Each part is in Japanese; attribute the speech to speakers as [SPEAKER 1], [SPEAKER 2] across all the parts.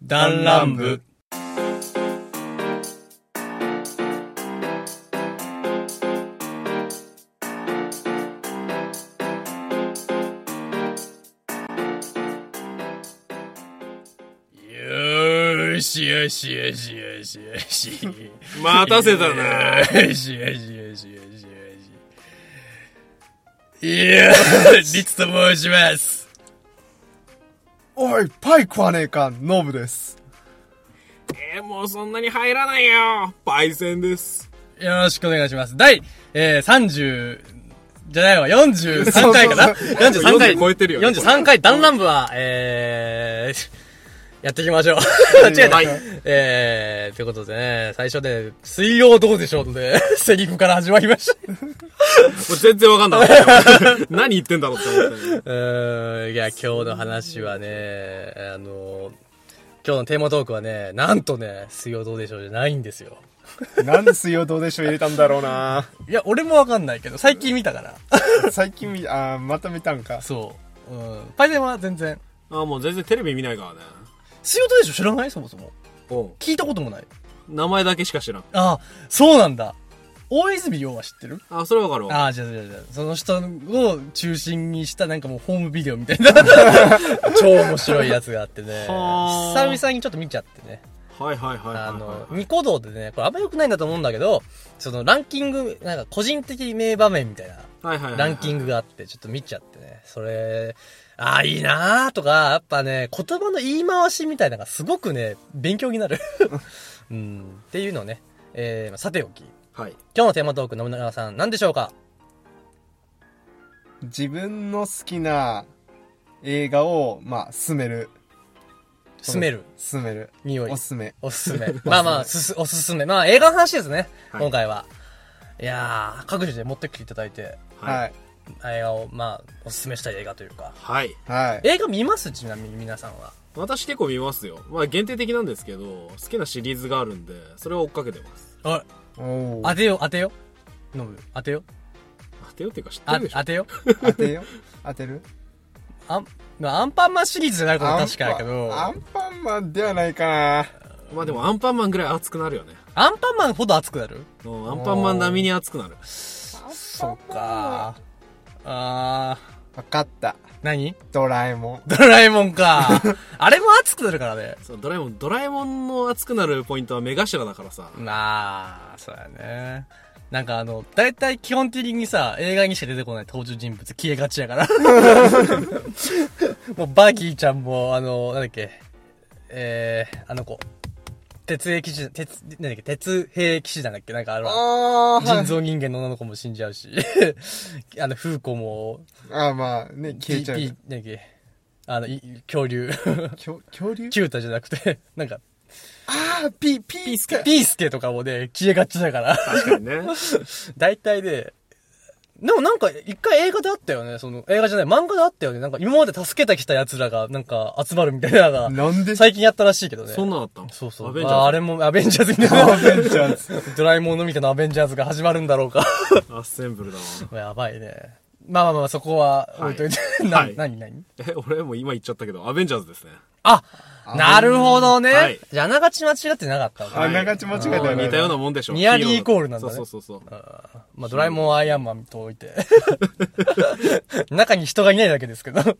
[SPEAKER 1] 弾丸部。よしよしよしよしよし。
[SPEAKER 2] 待たせたな。
[SPEAKER 1] よしよしよしよしよし。いやー、リツと申します。
[SPEAKER 3] おい、パイ食わねえか、ノブです。
[SPEAKER 2] えー、もうそんなに入らないよ。パイセンです。
[SPEAKER 1] よろしくお願いします。第、えー、30、じゃないわ、43回かな
[SPEAKER 3] そうそうそ
[SPEAKER 1] ?43 回。
[SPEAKER 2] 40超えてるよね
[SPEAKER 1] 43回、弾丸部は、えー、 やっていきましょう。 間違えた。
[SPEAKER 2] はい
[SPEAKER 1] えー、ということでね、最初で、水曜どうでしょうで、 セリフから始まりました。
[SPEAKER 2] もう全然わかんなかった。何言ってんだろうって思った よ
[SPEAKER 1] うーん、いや、今日の話はね、あの、今日のテーマトークはね、なんとね、水曜どうでしょうじゃないんですよ。
[SPEAKER 3] なんで水曜どうでしょう入れたんだろうな。
[SPEAKER 1] いや、俺もわかんないけど、最近見たから。
[SPEAKER 3] 最近見、あーまた見たんか。
[SPEAKER 1] そう。うん。パイセンは全然。
[SPEAKER 2] あー、もう全然テレビ見ないからね。
[SPEAKER 1] 仕事でしょ知らないそもそも。
[SPEAKER 2] お
[SPEAKER 1] 聞いたこともない。
[SPEAKER 2] 名前だけしか知らん。
[SPEAKER 1] ああ、そうなんだ。大泉洋は知ってる
[SPEAKER 2] あ、それわかるわ。
[SPEAKER 1] ああ、じゃあじゃあじゃあその人を中心にしたなんかもうホームビデオみた いな、超面白いやつがあってね。久
[SPEAKER 2] はあ
[SPEAKER 1] 々にちょっと見ちゃってね。
[SPEAKER 2] はいはいはいはいはい。
[SPEAKER 1] あの、ニコ動でね、これあんま良くないんだと思うんだけど、そのランキング、なんか個人的名場面みたいな。
[SPEAKER 2] はいはいはいは い
[SPEAKER 1] ランキングがあって、ちょっと見ちゃってね。それ、ああ、いいなーとか、やっぱね、言葉の言い回しみたいなのがすごくね、勉強にな る。うん、っていうのをね、えーまあ、さておき。
[SPEAKER 2] はい。
[SPEAKER 1] 今日のテーマトーク、信長さん、何でしょうか
[SPEAKER 3] 自分の好きな映画を、まあ、進める。
[SPEAKER 1] 住める。
[SPEAKER 3] 進める。
[SPEAKER 1] 匂い
[SPEAKER 3] お。すすめ。
[SPEAKER 1] おすす め。まあまあ、すすおすすめ。まあ、映画の話ですね、
[SPEAKER 2] はい
[SPEAKER 1] 今回は。いやー、各自で持ってきていただいて、
[SPEAKER 3] は
[SPEAKER 2] はい。
[SPEAKER 3] い。
[SPEAKER 1] 映画を、まあ、おすすめしたい映画というか。
[SPEAKER 2] はい。
[SPEAKER 3] はい。
[SPEAKER 1] 映画見ますちなみに皆さんは。
[SPEAKER 2] 私結構見ますよ。まあ限定的なんですけど、好きなシリーズがあるんで、それを追っかけてます。
[SPEAKER 1] あ、
[SPEAKER 3] お
[SPEAKER 1] 当
[SPEAKER 3] ー
[SPEAKER 1] てよ、当てよ。ノブ、当てよ。
[SPEAKER 2] 当てようっていうか知って
[SPEAKER 1] あ
[SPEAKER 2] るでしょ
[SPEAKER 1] 当てよ。
[SPEAKER 3] 当てよ。当てる
[SPEAKER 1] あん、まあ、アンパンマンシリーズじゃないことは確かやけど、
[SPEAKER 3] ア
[SPEAKER 1] ア
[SPEAKER 3] ンパンアンパンマンではないかな。
[SPEAKER 2] まあでもアンパンマンぐらい熱くなるよね。
[SPEAKER 1] ンパンマンほど熱くなる
[SPEAKER 2] うんアンパンマン並みに熱くなる。
[SPEAKER 1] そうか。あー、
[SPEAKER 3] わかった。
[SPEAKER 1] 何
[SPEAKER 3] ドラえもん。
[SPEAKER 1] ドラえもんか。あれも熱くなるからね。
[SPEAKER 2] そう、ドラえもん、ドラえもんの熱くなるポイントは目頭だからさ。
[SPEAKER 1] まあ、そうやね。なんかあの、だいたい基本的にさ、映画にしか出てこない登場人物消えがちやから。もうバーキーちゃんも、あの、なんだっけ、えー、あの子。鉄兵騎士団、鉄、なんだっけ、鉄兵騎士団だっけなんかあるわ。
[SPEAKER 3] あ
[SPEAKER 1] 人造人間の女の子も死んじゃうし、 あの、風子も、
[SPEAKER 3] あー、まあ、ね、消えちゃう。
[SPEAKER 1] ピピなんだっけあの、い恐竜、
[SPEAKER 3] 恐恐竜
[SPEAKER 1] キュータじゃなくて、 なんか、
[SPEAKER 3] ああ、ピ、ピースケ。
[SPEAKER 1] ピースケとかもね、消えがちだから、
[SPEAKER 2] 確かにね。
[SPEAKER 1] 大体で、でもなんか、一回映画であったよね、その、映画じゃない、漫画であったよね、なんか、今まで助けてきた奴らが、なんか、集まるみたいなのが、
[SPEAKER 3] なんで
[SPEAKER 1] 最近やったらしいけどね。
[SPEAKER 2] そんなのあったの
[SPEAKER 1] そうそう。
[SPEAKER 2] アベンジャー
[SPEAKER 1] ああれも、アベンジャーズみたいな。アベンジャー ズ。ドラえもんのみたいなアベンジャーズが始まるんだろうか。
[SPEAKER 2] ズ。アッセンブルだわ。
[SPEAKER 1] やばいね。まあまあまあ、そこは置いといて。
[SPEAKER 2] い
[SPEAKER 1] な
[SPEAKER 2] はい
[SPEAKER 1] なになに
[SPEAKER 2] え、俺も今言っちゃったけど、アベンジャーズですね。
[SPEAKER 1] あ、なるほどね。
[SPEAKER 2] はい
[SPEAKER 1] じゃあ、あながち間違ってなかったわ。
[SPEAKER 3] あながち間違いだよね
[SPEAKER 2] うん似たようなもんでしょ。
[SPEAKER 1] ニアリーイコールなんだね
[SPEAKER 2] そうそうそうそう。
[SPEAKER 1] まあ、ドラえもん、アイアンマンと置いて。中に人がいないだけですけど。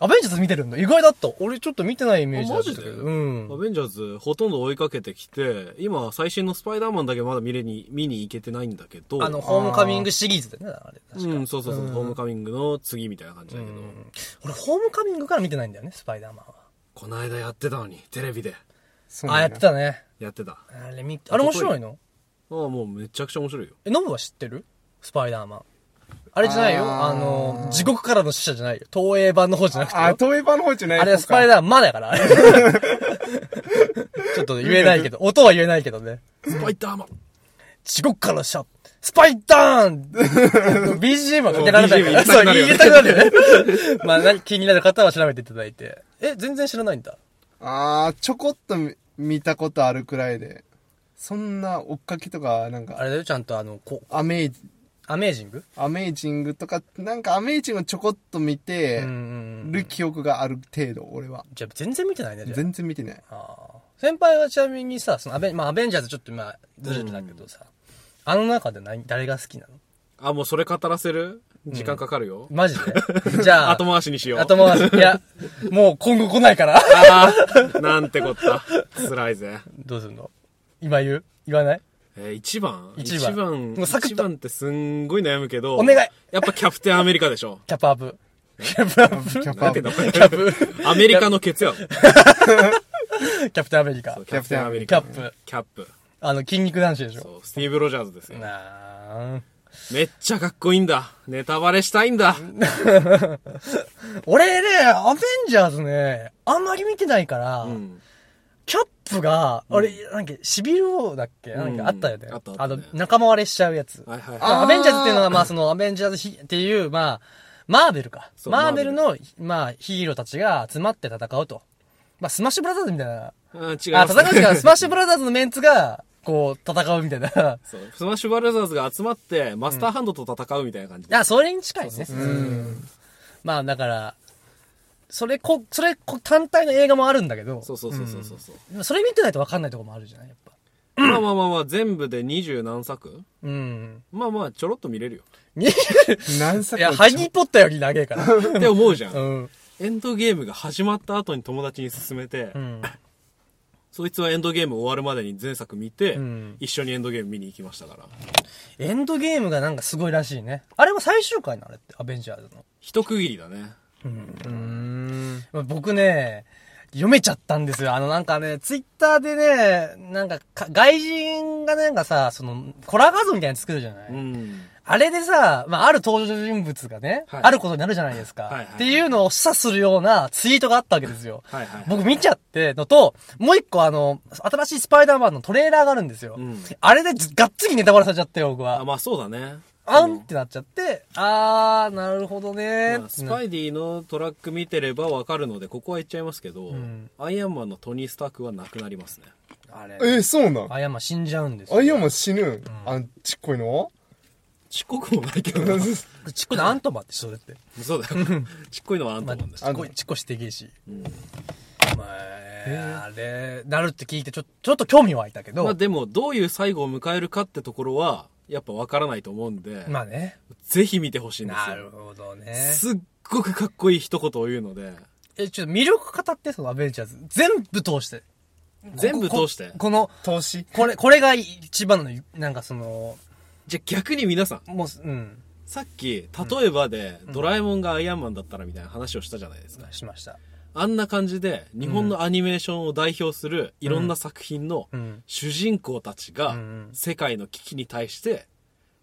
[SPEAKER 1] アベンジャーズ見てるんだ。意外だった。俺ちょっと見てないイメージだったけど。
[SPEAKER 2] あマジで
[SPEAKER 1] うん
[SPEAKER 2] ア。ベンジャーズほとんど追いかけてきて、今最新のスパイダーマンだけまだ見れに、見に行けてないんだけど。
[SPEAKER 1] あの、ホームカミングシリーズでね、あれ。確か
[SPEAKER 2] うん、そうそうそう、ホームカミングの次みたいな感じだけど。
[SPEAKER 1] 俺、ホームカミングから見てないんだよね、スパイダーマンは。
[SPEAKER 2] この間やってたのに、テレビで
[SPEAKER 3] そう
[SPEAKER 1] あ、
[SPEAKER 3] な
[SPEAKER 1] や
[SPEAKER 3] ん
[SPEAKER 1] っ
[SPEAKER 3] だ
[SPEAKER 1] てたね。
[SPEAKER 2] やってた。あ
[SPEAKER 1] あれ見、あれ面白いの
[SPEAKER 2] あ、もうめちゃくちゃ面白いよ。
[SPEAKER 1] え、ノブは知ってるスパイダーマン。あれじゃないよ。あ
[SPEAKER 3] あー
[SPEAKER 1] の、地獄からの死者じゃないよ。東映版の方じゃなくてよ。
[SPEAKER 3] あ、東映版の方じゃない
[SPEAKER 1] あれはスパイ
[SPEAKER 3] ダ
[SPEAKER 1] ダーマンだ から。あれちょっと言えないけど、音は言えないけどね。
[SPEAKER 2] スパイダーマン
[SPEAKER 1] 地獄からシャスパイダー ン !BGM はかけられないから、
[SPEAKER 2] そ
[SPEAKER 1] そう、
[SPEAKER 2] う BGM
[SPEAKER 1] 言いたくなるよね。まあ、何気になる方は調べていただいて。え、全然知らないんだ。
[SPEAKER 3] あーちょこっと見見たことあるくらいで。そんな追っかけとか、なん
[SPEAKER 1] あ
[SPEAKER 3] か、
[SPEAKER 1] れだよ、ちゃんとあの、こ
[SPEAKER 3] アメージ、
[SPEAKER 1] アメージング
[SPEAKER 3] アメージングとか、なんかアメージングをちょこっと見て
[SPEAKER 1] うんうんうん
[SPEAKER 3] る記憶がある程度、俺は。
[SPEAKER 1] じゃあ全然見てないね、じゃあ
[SPEAKER 3] 全然見てない。
[SPEAKER 1] あー先輩はちなみにさ、そのアベン、まあ、アベンジャーズちょっとまあ、ずれてたけどさ、あの中で何、誰が好きなの
[SPEAKER 2] あ、もうそれ語らせる時間かかるよ。
[SPEAKER 1] マジでじゃあ、
[SPEAKER 2] 後回しにしよう。
[SPEAKER 1] 後回し。いや、もう今後来ないから。
[SPEAKER 2] あーなんてこった。辛いぜ。
[SPEAKER 1] どうするの今言う言わない
[SPEAKER 2] えー、一番
[SPEAKER 1] 一番
[SPEAKER 2] 一番
[SPEAKER 1] もうサクッと
[SPEAKER 2] 一番ってすんごい悩むけど。
[SPEAKER 1] お願い
[SPEAKER 2] やっぱキャプテンアメリカでしょ。
[SPEAKER 1] キャパアップ。キャパアップ。
[SPEAKER 3] キャパ
[SPEAKER 2] な
[SPEAKER 3] ア
[SPEAKER 2] ん
[SPEAKER 3] ッ
[SPEAKER 2] ていうの
[SPEAKER 3] プ。
[SPEAKER 2] これ
[SPEAKER 1] キャプ、
[SPEAKER 2] アメリカのケツやろ。
[SPEAKER 1] キャプテンアメリカ
[SPEAKER 2] そう。
[SPEAKER 3] キャプテンアメ
[SPEAKER 1] キ
[SPEAKER 3] リ
[SPEAKER 1] ャッ。プ。
[SPEAKER 2] キャップ。
[SPEAKER 1] あの、筋肉男子でしょ
[SPEAKER 2] そう、スティーブ・ロジャーズですよ。
[SPEAKER 1] なあ
[SPEAKER 2] めっちゃかっこいいんだ。ネタバレしたいんだ。
[SPEAKER 1] 俺ね、アベンジャーズね、あんまり見てないから、
[SPEAKER 2] うん。
[SPEAKER 1] キャップが、俺、なんか、シビル王だっけなん
[SPEAKER 2] うん
[SPEAKER 1] かあったよね。
[SPEAKER 2] あったあったね
[SPEAKER 1] の、仲間割れしちゃうやつ。
[SPEAKER 2] はいはいはい。
[SPEAKER 3] あー
[SPEAKER 1] アベンジャーズっていうのは、まあ、その、アベンジャーズひっていう、まあ、マーベルか。
[SPEAKER 2] そう
[SPEAKER 1] マーベルの、まあ、ヒーローたちが集まって戦うと。まあ、スマッシュブラザーズみたいな。
[SPEAKER 2] あ、違います、
[SPEAKER 1] あ、戦う違う。スマッシュブラザーズのメンツが、こう、戦うみた いな。
[SPEAKER 2] そうスマッシュ・ブラザーズが集まって、マスターハンドと戦うみたいな感じで。
[SPEAKER 1] あ、それに近いね。
[SPEAKER 3] うん。
[SPEAKER 1] まあ、だから、それこ、それこ単体の映画もあるんだけど、
[SPEAKER 2] そうそうそうそうそうそう。
[SPEAKER 1] それ見てないと分かんないとこもあるじゃないやっぱ。
[SPEAKER 2] まあまあまあまあ、全部で二十何作
[SPEAKER 1] うん。
[SPEAKER 2] まあまあ、ちょろっと見れるよ。
[SPEAKER 1] い
[SPEAKER 3] 何作
[SPEAKER 1] や、ハニーポッターより長え から。
[SPEAKER 2] って思うじゃん。
[SPEAKER 1] うん。
[SPEAKER 2] エンドゲームが始まった後に友達に勧めて、
[SPEAKER 1] うん。
[SPEAKER 2] そいつはエンドゲーム終わるまでに前作見て、
[SPEAKER 1] うん
[SPEAKER 2] 一緒にエンドゲーム見に行きましたから。
[SPEAKER 1] エンドゲームがなんかすごいらしいね。あれは最終回なのあれって、アベンジャーズの。
[SPEAKER 2] 一区切りだね。
[SPEAKER 3] うん。
[SPEAKER 1] まあ僕ね、読めちゃったんですよ。あのなんかね、ツイッターでね、なんかか外人がなんかさ、その、コラ画像みたいなの作るじゃない、
[SPEAKER 2] うん。
[SPEAKER 1] あれでさ、まあ、ある登場人物がね、
[SPEAKER 2] はい
[SPEAKER 1] あることになるじゃないですか。
[SPEAKER 2] はいはい
[SPEAKER 1] っていうのを示唆するようなツイートがあったわけですよ。
[SPEAKER 2] はいはい。
[SPEAKER 1] 僕見ちゃってのと、もう一個あの、新しいスパイダーマンのトレーラーがあるんですよ。
[SPEAKER 2] うん
[SPEAKER 1] あれでずがっつりネタバレされちゃったよ、僕
[SPEAKER 2] あ、
[SPEAKER 1] は。
[SPEAKER 2] まあそうだね。
[SPEAKER 1] あんってなっちゃって、あー、なるほどね
[SPEAKER 2] まあスパ
[SPEAKER 1] イ
[SPEAKER 2] イディのトラック見てればわかるので、ここは言っちゃいますけど、
[SPEAKER 1] ん
[SPEAKER 2] アイアンマンのトニー・スタークはなくなりますね。
[SPEAKER 1] あれ。
[SPEAKER 3] え、そうなん
[SPEAKER 1] あやま死んじゃうんですよ。
[SPEAKER 3] アイアンマン死ぬんあの、ちっこ いの
[SPEAKER 2] ちっこくもないけどな
[SPEAKER 1] ちっこいのアントマンってそれって。
[SPEAKER 2] そうだよ。ちっこいのはあん
[SPEAKER 1] ま
[SPEAKER 2] た
[SPEAKER 1] あ、
[SPEAKER 2] もん
[SPEAKER 1] ち
[SPEAKER 2] だし。
[SPEAKER 1] っこい、ちっこいしてげえし。まあ、あれ、なるって聞いて、ちょ、ちょっと興味湧いたけど。
[SPEAKER 2] まあでも、どういう最後を迎えるかってところは、やっぱわからないと思うんで、
[SPEAKER 1] まあね。
[SPEAKER 2] ぜひ見てほしいんです
[SPEAKER 1] なる
[SPEAKER 2] よ。
[SPEAKER 1] ほどね。
[SPEAKER 2] すっごくかっこいい一言を言うので、
[SPEAKER 1] え、ちょっと魅力語って、そのアベンジャーズ。全部通して。
[SPEAKER 2] 全部
[SPEAKER 1] ここ
[SPEAKER 2] 通して
[SPEAKER 1] ここの、
[SPEAKER 3] 投資
[SPEAKER 1] これ、これが一番の、なんかその、
[SPEAKER 2] じゃあ逆に皆さん、
[SPEAKER 1] もう、うん、
[SPEAKER 2] さっき、例えばで、ドラえもんがアイアンマンだったらみたいな話をしたじゃないですか。
[SPEAKER 1] しました。
[SPEAKER 2] あんな感じで、日本のアニメーションを代表するいろんな作品の
[SPEAKER 1] うん
[SPEAKER 2] 主人公たちが
[SPEAKER 1] うん、
[SPEAKER 2] 世界の危機に対して、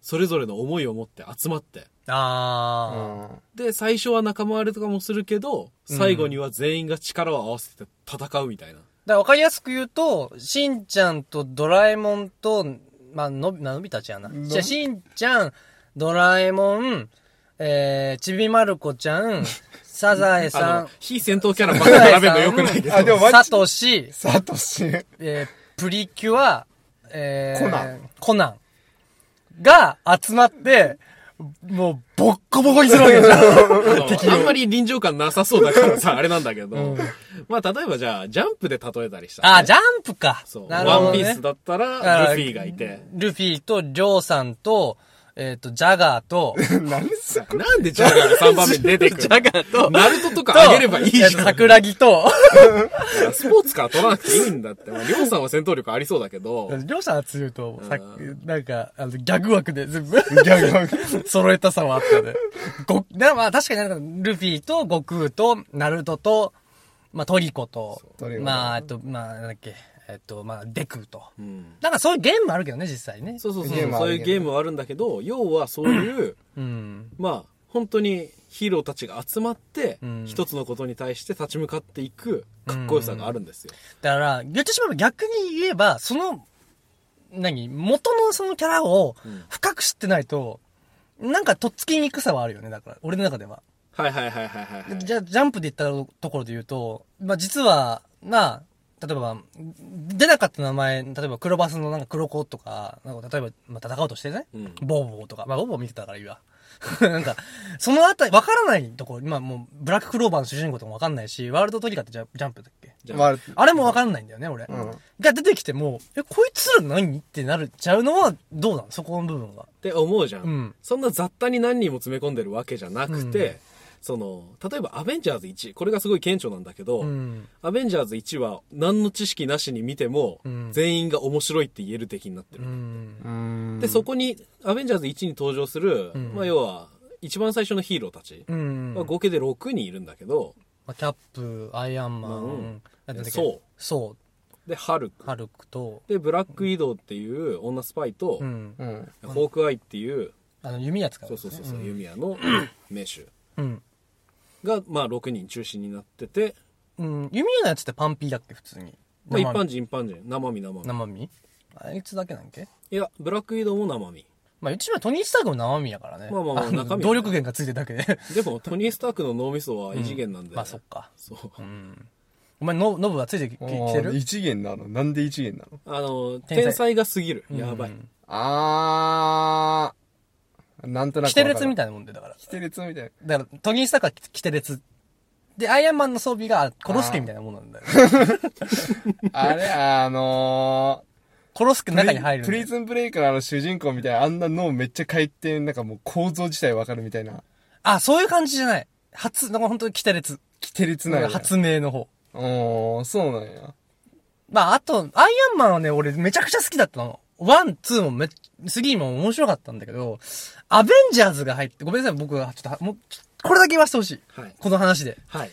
[SPEAKER 2] それぞれの思いを持って集まって、
[SPEAKER 3] う
[SPEAKER 1] あ
[SPEAKER 3] ん。
[SPEAKER 2] で、最初は仲間割れとかもするけど、最後には全員が力を合わせて戦うみたい
[SPEAKER 1] ー。
[SPEAKER 2] な。
[SPEAKER 1] だから分かりやすく言うと、しんちゃんとドラえもんと、まあ、のび、のびたちやな。
[SPEAKER 3] の
[SPEAKER 1] じゃあ、しんちゃん、ドラえもん、えー、ちびまる子ちゃ ん、サザエ
[SPEAKER 2] あ
[SPEAKER 1] さ
[SPEAKER 2] の
[SPEAKER 1] ん、、
[SPEAKER 2] 非戦闘キャラばっか並べるのよくないけど。
[SPEAKER 3] あ、でもマ
[SPEAKER 1] サ
[SPEAKER 3] ジ、
[SPEAKER 1] トシ、
[SPEAKER 3] サトシ。
[SPEAKER 1] えー、プリキュア、えー、
[SPEAKER 3] コナン。
[SPEAKER 1] コナンが集まって、もう、ボッコボコにするわけじゃん。
[SPEAKER 2] あのあんまり臨場感なさそうだからさ、あれなんだけど。まあ、例えばじゃあ、ジャンプで例えたりしたらね、
[SPEAKER 1] あ、ジャンプか。
[SPEAKER 2] そう。
[SPEAKER 1] なるほ
[SPEAKER 2] ワ
[SPEAKER 1] ど
[SPEAKER 2] ンピ
[SPEAKER 1] ね
[SPEAKER 2] ースだった
[SPEAKER 1] あ
[SPEAKER 2] ら、ルフィがいて。
[SPEAKER 1] ルフィと、りょうさんと、えっ、と、ジャガー と、
[SPEAKER 3] 何す か
[SPEAKER 2] なんでジャガーが3番目に出てくるジャガーと、ナルトとかあげればいいじゃ
[SPEAKER 1] えーと
[SPEAKER 2] ん。
[SPEAKER 1] 桜木と、
[SPEAKER 2] スポーツカー取らなくていいんだって。まありょうさんは戦闘力ありそうだけど、
[SPEAKER 1] りょうさんは強いと思う。さっき
[SPEAKER 2] う
[SPEAKER 1] なんか、あの、ギャグ枠で全部、
[SPEAKER 3] ギャグマン。
[SPEAKER 1] 揃えたさはあったね。ご、なまあ確かになんか、ルフィと、悟空と、ナルトと、まあトリコと
[SPEAKER 3] トリ、コ
[SPEAKER 1] まあ、あと、まあ、なんだっけ、えっ、と、まあ、デクと。
[SPEAKER 2] うん
[SPEAKER 1] なんかそういうゲームもあるけどね、実際ね。
[SPEAKER 2] そうそうそう
[SPEAKER 3] ゲー
[SPEAKER 2] そう、
[SPEAKER 3] ムは
[SPEAKER 2] そういうゲームはあるんだけど、要はそういう、
[SPEAKER 1] うん。
[SPEAKER 2] まあ、本当にヒーローたちが集まって
[SPEAKER 1] うん、
[SPEAKER 2] 一つのことに対して立ち向かっていくかっこよさがあるんですよ。
[SPEAKER 1] だから、言ってしまえば逆に言えば、その、何元のそのキャラを
[SPEAKER 2] うん
[SPEAKER 1] 深く知ってないと、なんかとっつきにくさはあるよね、だから。俺の中では。
[SPEAKER 2] はいはいはいはいはいはい。
[SPEAKER 1] じゃあ、ジャンプで言ったところで言うと、まあ実は、まあ、例えば、出なかった名前、例えば黒バスのなんか黒子とか、なんか例えば、まあ、戦おうとしてね、
[SPEAKER 2] うん
[SPEAKER 1] ボーボーとか、まあ、ボーボー見てたからいいわ。 なんか、そのあたり、わからないとこ、今もう、ブラッククローバーの主人公とかもわかんないし、ワールドトリガーってジャジャンプだっけ
[SPEAKER 2] じゃあ、
[SPEAKER 3] まあ、
[SPEAKER 1] あれもわかんないんだよね、俺。
[SPEAKER 3] うん
[SPEAKER 1] が出てきても、え、こいつら何ってなるちゃうのは、どうなのそこの部分は。
[SPEAKER 2] って思うじゃん、
[SPEAKER 1] うん
[SPEAKER 2] そんな雑多に何人も詰め込んでるわけじゃなくて、その例えば「アベンジャーズ1」これがすごい顕著なんだけど、
[SPEAKER 1] うん。
[SPEAKER 2] アベンジャーズ1は何の知識なしに見ても、
[SPEAKER 1] うん
[SPEAKER 2] 全員が面白いって言える敵になって
[SPEAKER 1] う
[SPEAKER 2] る、
[SPEAKER 1] ん。
[SPEAKER 3] うん
[SPEAKER 2] でそこに「アベンジャーズ1」に登場する、
[SPEAKER 1] うん
[SPEAKER 2] まあ、要は一番最初のヒーローたち
[SPEAKER 1] うん。
[SPEAKER 2] は合計で6人いるんだけど
[SPEAKER 1] まあ、キャップ、アイアンマン、
[SPEAKER 2] う
[SPEAKER 1] うんん、なんだっけ
[SPEAKER 2] そう。
[SPEAKER 1] そ
[SPEAKER 2] でハルク
[SPEAKER 1] う、ハルクと、
[SPEAKER 2] でブラックウィドウっていう女スパイと、
[SPEAKER 1] うん。
[SPEAKER 3] うん
[SPEAKER 2] ホークアイっていう、
[SPEAKER 1] あの、弓矢使う、
[SPEAKER 2] そうそうそうそう、
[SPEAKER 1] ん
[SPEAKER 2] 弓矢の名手
[SPEAKER 1] うん。
[SPEAKER 2] が、まあ、6人中心になってて
[SPEAKER 1] うん。弓矢のやつってパンピーだっけ、普通に。
[SPEAKER 2] まあ、一般
[SPEAKER 1] 人。
[SPEAKER 2] 人一般人生身生身
[SPEAKER 1] 生身あいつだけなんけ
[SPEAKER 2] いやブラックウィドウも生身
[SPEAKER 1] まあ、一番トニー・スタークも生身やからね。
[SPEAKER 2] まあまあまあ
[SPEAKER 1] の
[SPEAKER 2] 中身は
[SPEAKER 1] 動力源がついてるだけ で。
[SPEAKER 2] でもトニー・スタークの脳みそは異次元なんで、
[SPEAKER 1] まあ、そっか。
[SPEAKER 2] そう
[SPEAKER 1] うん。お前、ノノブはついてきき
[SPEAKER 3] あ
[SPEAKER 1] きて
[SPEAKER 3] ー
[SPEAKER 1] る
[SPEAKER 3] 一元なのなんで一元なの
[SPEAKER 2] あの天才
[SPEAKER 1] 天才
[SPEAKER 2] が過ぎるやばい、
[SPEAKER 1] うん
[SPEAKER 3] あーなんとなく
[SPEAKER 1] キテレツみ
[SPEAKER 3] た
[SPEAKER 1] た
[SPEAKER 3] い
[SPEAKER 1] いなもんで、だから。
[SPEAKER 3] キテレツみたい
[SPEAKER 1] だから、トニー・スタークはキテレツ。で、アイアンマンの装備が、コロスケみたいなもんなんだよ。
[SPEAKER 3] なあれあの
[SPEAKER 1] コロスケ
[SPEAKER 3] ー
[SPEAKER 1] の中に入るん
[SPEAKER 3] プ
[SPEAKER 1] だよ。
[SPEAKER 3] リズンブレイクのあの主人公みたいなあんな脳めっちゃ回転なんかもう構造自体わかるみたいな
[SPEAKER 1] あ、そういう感じじゃない。初、なんか本当にキテレツ。
[SPEAKER 3] キテレツなんや
[SPEAKER 1] 発明の方。
[SPEAKER 3] おーそうなんや
[SPEAKER 1] まあ、あと、アイアンマンはね、俺めちゃくちゃ好きだったの。ワン、ツーもめっ、スリーも面白かったんだけど、アベンジャーズが入って、ごめんなさい、僕は、ちょっと、もう、ちょこれだけ言わせてほしい。
[SPEAKER 2] はい
[SPEAKER 1] この話で。
[SPEAKER 2] はい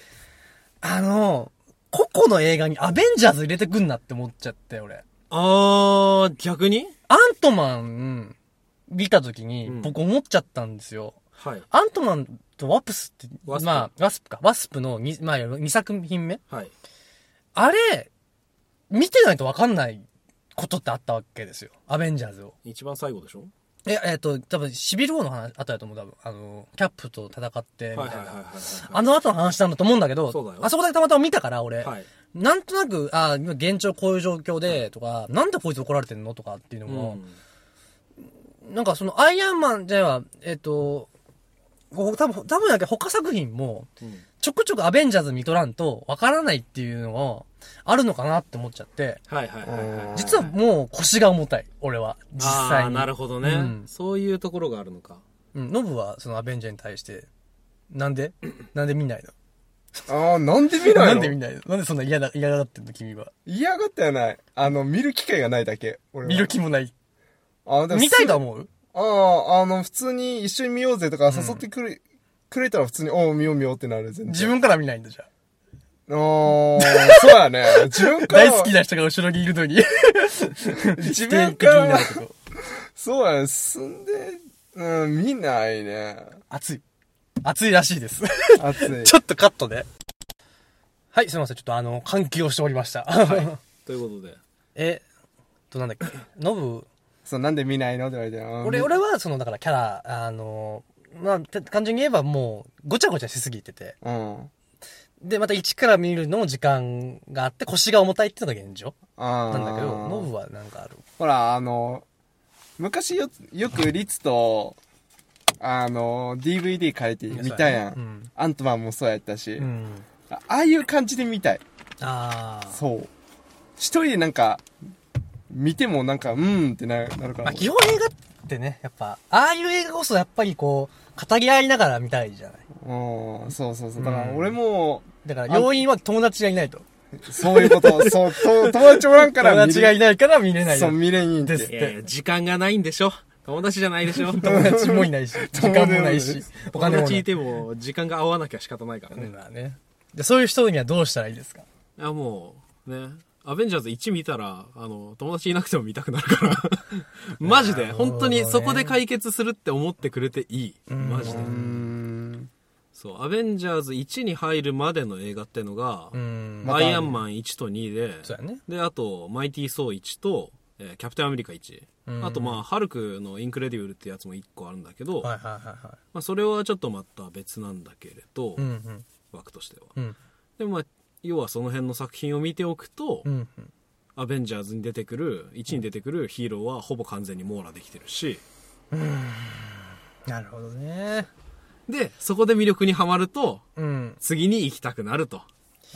[SPEAKER 1] あの、個々の映画にアベンジャーズ入れてくんなって思っちゃって、俺。
[SPEAKER 2] あー逆に
[SPEAKER 1] アントマン、見た時に
[SPEAKER 2] うん、
[SPEAKER 1] 僕思っちゃったんですよ。
[SPEAKER 2] はい
[SPEAKER 1] アントマンとワプスって、
[SPEAKER 2] ワスプ
[SPEAKER 1] まあ、ワスプか。ワスプのに、まあ、2作品目
[SPEAKER 2] はい
[SPEAKER 1] あれ、見てないとわかんないことってあったわけですよ。アベンジャーズを。
[SPEAKER 2] 一番最後でしょ
[SPEAKER 1] え、えっ、と、多分、シビル王の話あったと思う、多分。あの、キャップと戦って、み
[SPEAKER 2] はい
[SPEAKER 1] たい
[SPEAKER 2] はい
[SPEAKER 1] な。
[SPEAKER 2] はいはいはい
[SPEAKER 1] あの後の話なんだと思うんだけど、
[SPEAKER 2] そうだよ
[SPEAKER 1] あそこだけたまたま見たから、俺。
[SPEAKER 2] はい
[SPEAKER 1] なんとなく、あ今現状こういう状況で、とか、なんでこいつ怒られてんのとかっていうの
[SPEAKER 2] う
[SPEAKER 1] も、
[SPEAKER 2] ん
[SPEAKER 1] なんかその、アイアンマンじゃあ、えっ、と、ここ多分、多分だけど他作品も、
[SPEAKER 2] うん
[SPEAKER 1] ちょくちょくアベンジャーズ見とらんと、わからないっていうのが、あるのかなって思っちゃって、
[SPEAKER 2] はいはいはいはい
[SPEAKER 1] 実はもう腰が重たい、俺は。実際
[SPEAKER 2] あー
[SPEAKER 1] に。
[SPEAKER 2] なるほどね、
[SPEAKER 1] うん
[SPEAKER 2] そういうところがあるのか
[SPEAKER 1] うん、ノブはそのアベンジャーに対して、なん でなんで見ないの
[SPEAKER 3] あーなんで見ない
[SPEAKER 1] な
[SPEAKER 3] の
[SPEAKER 1] んで見ないのなんでそんな嫌だ、嫌がってんの君は。
[SPEAKER 3] 嫌がってはないあの見る機会がないだけ俺は
[SPEAKER 1] 見る気もない。
[SPEAKER 3] あーでも
[SPEAKER 1] 見たいとは思う
[SPEAKER 3] ああ、あの、普通に一緒に見ようぜとか誘ってくれ、くれたら普通に、おう、見よう見ようってなる、全然。
[SPEAKER 1] 自分から見ないんだじゃあ。
[SPEAKER 3] あーそうやね。自分から。
[SPEAKER 1] 大好きな人が後ろにいるのに。
[SPEAKER 3] 自
[SPEAKER 1] 否定
[SPEAKER 3] 分
[SPEAKER 1] 的
[SPEAKER 3] か
[SPEAKER 1] にな
[SPEAKER 3] ら
[SPEAKER 1] る。けど。
[SPEAKER 3] そうやね。すんで、うん、見ないね。
[SPEAKER 1] 熱い。熱いらしいです。
[SPEAKER 3] 熱い。
[SPEAKER 1] ちょっとカットで。はい、すいません。ちょっとあの、換気をしておりました。
[SPEAKER 2] ということで
[SPEAKER 1] え、となんだっけ。ノブ、
[SPEAKER 3] そう、なんで見ないのって言われて。うん
[SPEAKER 1] 俺、、俺はその、だからキャラ、あの、まあ、て単純に言えばもう、ごちゃごちゃしすぎてて。
[SPEAKER 3] うん。
[SPEAKER 1] で、また一から見るのも時間があって、腰が重たいっていうのが現状
[SPEAKER 3] あー
[SPEAKER 1] なんだけど、ノブはなんかある。
[SPEAKER 3] ほら、あの、昔よ、よくリツと、あの、DVD 借りて見たやん。
[SPEAKER 1] うん
[SPEAKER 3] アントマンもそうやったし、
[SPEAKER 1] うん。
[SPEAKER 3] あああいう感じで見たい。
[SPEAKER 1] ああ。
[SPEAKER 3] そう。一人でなんか、見てもなんか、うんってななるか
[SPEAKER 1] ま
[SPEAKER 3] ら
[SPEAKER 1] あ、。基本映画ってね、やっぱ、ああいう映画こそやっぱりこう、語り合いながら見たいじゃない。
[SPEAKER 3] うん、そうそうそう。だから
[SPEAKER 1] うん
[SPEAKER 3] 俺も、
[SPEAKER 1] だから、要因は友達がいないと。
[SPEAKER 3] そういうこと、そう、と友達おらんか
[SPEAKER 1] 友
[SPEAKER 3] ら
[SPEAKER 1] 達がい
[SPEAKER 3] な
[SPEAKER 1] ないから見れない
[SPEAKER 3] そ
[SPEAKER 1] よ
[SPEAKER 3] う、。見れにんって。
[SPEAKER 1] です
[SPEAKER 2] いやいや時間がないんでしょ友達じゃない でしょ
[SPEAKER 1] 友達もいないし、時間もないし、お
[SPEAKER 2] 友
[SPEAKER 1] 金も
[SPEAKER 2] 達
[SPEAKER 1] ないい。
[SPEAKER 2] ても時間が合わなきゃ仕方ないから
[SPEAKER 1] う
[SPEAKER 2] ね
[SPEAKER 1] ん、まあね。で、そういう人にはどうしたらいいですか
[SPEAKER 2] いや、もう、ね。アベンジャーズ1見たら、あの、友達いなくても見たくなるから。 マジで、
[SPEAKER 1] なるほどね
[SPEAKER 2] 本当にそこで解決するって思ってくれていい。
[SPEAKER 1] うん
[SPEAKER 2] マジで
[SPEAKER 3] う。ん。
[SPEAKER 2] そう、アベンジャーズ1に入るまでの映画ってのが、
[SPEAKER 1] ん
[SPEAKER 3] ま
[SPEAKER 2] アイアンマン1と2で、
[SPEAKER 1] そうやね。
[SPEAKER 2] で、あと、マイティー・ソー1と、えーキャプテンアメリカ1。
[SPEAKER 1] うん
[SPEAKER 2] あと、まあ、ハルクのインクレディブルってやつも1個あるんだけど、
[SPEAKER 1] はいはいはいは
[SPEAKER 2] まあ、それはちょっとまた別なんだけれど、
[SPEAKER 1] い。うんうん。
[SPEAKER 2] 枠としては。
[SPEAKER 1] うん。
[SPEAKER 2] でもまあ、要はその辺の作品を見ておくと、
[SPEAKER 1] うんうん
[SPEAKER 2] アベンジャーズに出てくる1に出てくるヒーローはほぼ完全に網羅できてるし
[SPEAKER 1] なるほどね
[SPEAKER 2] でそこで魅力にはまると
[SPEAKER 1] うん
[SPEAKER 2] 次に行きたくなると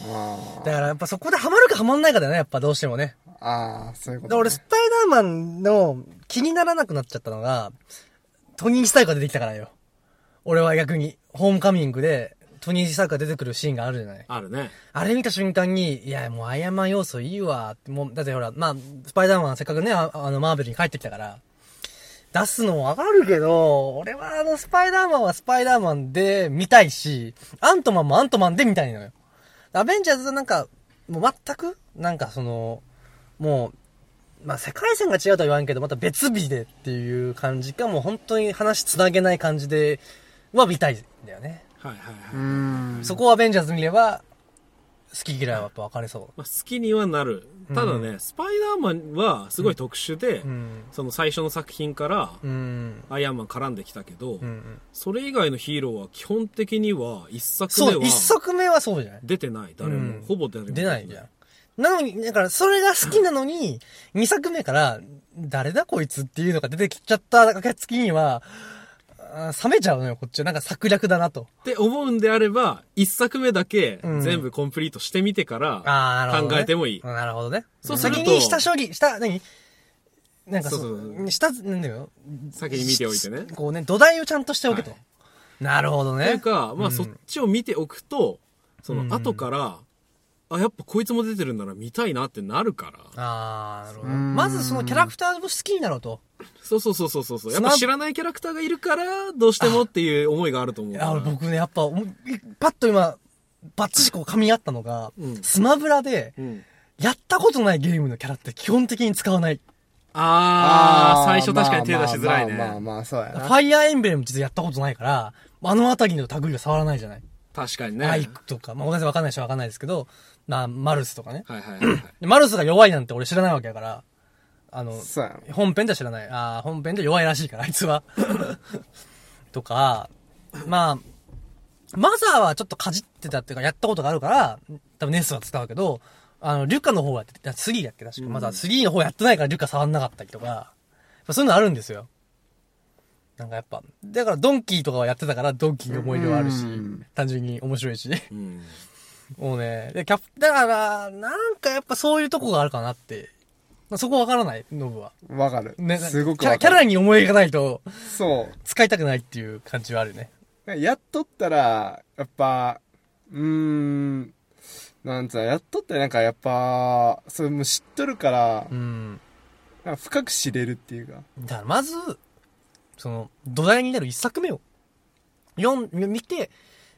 [SPEAKER 3] あ
[SPEAKER 1] だからやっぱそこでハマるかハマんないかだよねやっぱどうしてもね
[SPEAKER 3] ーあー、そういうこ
[SPEAKER 1] だ
[SPEAKER 3] と、
[SPEAKER 1] から俺スパイダーマンの気にならなくなっちゃったのがトニー・スタークが出てきたからよ俺は逆にホームカミングでトニー・スタークが出てくるシーンがあるじゃない
[SPEAKER 2] あるね
[SPEAKER 1] あれ見た瞬間に、いや、もうアイアンマン要素いいわって。もう、だってほら、まあ、スパイダーマンはせっかくね、ああの、マーベルに帰ってきたから、出すのもわかるけど、俺はあの、スパイダーマンはスパイダーマンで見たいし、アントマンもアントマンで見たいのよ。アベンジャーズはなんか、もう全く、なんかその、もう、まあ、世界線が違うとは言わんけど、また別日でっていう感じか、もう本当に話つなげない感じで、は見たいんだよね。
[SPEAKER 2] はいはいはい、
[SPEAKER 3] う
[SPEAKER 2] ま
[SPEAKER 3] ん。
[SPEAKER 1] そこをアベンジャーズ見れば、好き嫌いはやっぱ分かれそう。
[SPEAKER 2] あ、好きにはなるただね、スパイダーマンはすごい特殊で、
[SPEAKER 1] うん。
[SPEAKER 2] その最初の作品から
[SPEAKER 1] うん。
[SPEAKER 2] アイアンマン絡んできたけど、
[SPEAKER 1] うん。
[SPEAKER 2] それ以外のヒーローは基本的には一作目
[SPEAKER 1] そう、一
[SPEAKER 2] は
[SPEAKER 1] 作目はそうじゃない
[SPEAKER 2] 出てない誰も、
[SPEAKER 1] うん
[SPEAKER 2] ほぼ誰も
[SPEAKER 1] 出ないじゃん。なのに、だから、それが好きなのに、二作目から、誰だこいつっていうのが出てきちゃった暁には、あー冷めちゃうのよ、こっちは。なんか策略だなと。
[SPEAKER 2] って思うんであれば、一作目だけ
[SPEAKER 1] うん
[SPEAKER 2] 全部コンプリートしてみてから、
[SPEAKER 1] ああ、なるほど、ね。
[SPEAKER 2] 考えてもいい
[SPEAKER 1] なるほどね。
[SPEAKER 2] そうすると
[SPEAKER 1] 先に下処理、下、何なんかそ
[SPEAKER 2] そううそうそ
[SPEAKER 1] 下、なんだよ。
[SPEAKER 2] 先に見ておいてね。
[SPEAKER 1] こうね、土台をちゃんとしておけと。
[SPEAKER 2] はい
[SPEAKER 1] なるほど
[SPEAKER 2] とい
[SPEAKER 1] ね
[SPEAKER 2] う。か、
[SPEAKER 1] う
[SPEAKER 2] まあ
[SPEAKER 1] ん
[SPEAKER 2] そっちを見ておくと、そ
[SPEAKER 1] うん
[SPEAKER 2] の後から、あ、やっぱこいつも出てるんだなら見たいなってなるから。
[SPEAKER 1] ああ、なるほど。
[SPEAKER 3] うん
[SPEAKER 1] まずそのキャラクターを好きになろうと。
[SPEAKER 2] そうそうそうそうそうそう。や
[SPEAKER 1] ス
[SPEAKER 2] っ
[SPEAKER 1] マ
[SPEAKER 2] ぱ知らないキャラクターがいるから、どうしてもっていう思いがあると思うから。
[SPEAKER 1] あの僕ね、やっぱ、思いパッと今、バッチリこう噛み合ったのが、
[SPEAKER 2] うん
[SPEAKER 1] スマブラで、
[SPEAKER 2] うん。
[SPEAKER 1] やったことないゲームのキャラって基本的に使わない。
[SPEAKER 2] あー、最初確かに手出しづら
[SPEAKER 3] ま
[SPEAKER 2] い
[SPEAKER 3] あまあまあ、
[SPEAKER 2] ね。
[SPEAKER 3] まあそうや
[SPEAKER 1] フ
[SPEAKER 3] な。
[SPEAKER 1] ァイアーエンブレム実はやったことないから、あのあたりの類は触らないじゃない。
[SPEAKER 2] 確かにね。
[SPEAKER 1] ア
[SPEAKER 2] は
[SPEAKER 1] イ
[SPEAKER 2] い
[SPEAKER 1] クとか、まあ、ごめんなさい、わかんない人はわかんないですけど、まあ、マルスとかね。
[SPEAKER 2] はいはいはい。
[SPEAKER 1] でマルスが弱いなんて俺知らないわけだから、あの、
[SPEAKER 3] そうやな。
[SPEAKER 1] 本編では知らない。ああ、本編で弱いらしいから、あいつは。 とか、まあ、マザーはちょっとかじってたっていうか、やったことがあるから、多分ネスは使うけど、あの、リュカの方はやってて、3やっけ確か。
[SPEAKER 2] うん
[SPEAKER 1] まだ3の方やってないからリュカ触んなかったりとか、やっぱそういうのあるんですよ。なんかやっぱ、だからドンキーとかはやってたから、ドンキーの思い出はあるし
[SPEAKER 3] うん、
[SPEAKER 1] 単純に面白いし。
[SPEAKER 2] うん。
[SPEAKER 1] もうね、で、キャプ、だから、なんかやっぱそういうとこがあるかなって。まあそこわからない、ノブは。
[SPEAKER 3] わかる。
[SPEAKER 1] ね、
[SPEAKER 3] すごく
[SPEAKER 1] キャラ
[SPEAKER 3] わ
[SPEAKER 1] キャ
[SPEAKER 3] か
[SPEAKER 1] ラ
[SPEAKER 3] る。
[SPEAKER 1] に思いがないと
[SPEAKER 3] そ
[SPEAKER 1] 使いたくないっていう感じはあるね。
[SPEAKER 3] う。やっとったら、やっぱ、うーん、なんつうの、やっとってなんかやっぱ、それもう知っとるから
[SPEAKER 1] う、ん。
[SPEAKER 3] なんか深く知れるっていうか。
[SPEAKER 1] だからまず、その、土台になる一作目を、読ん、見て、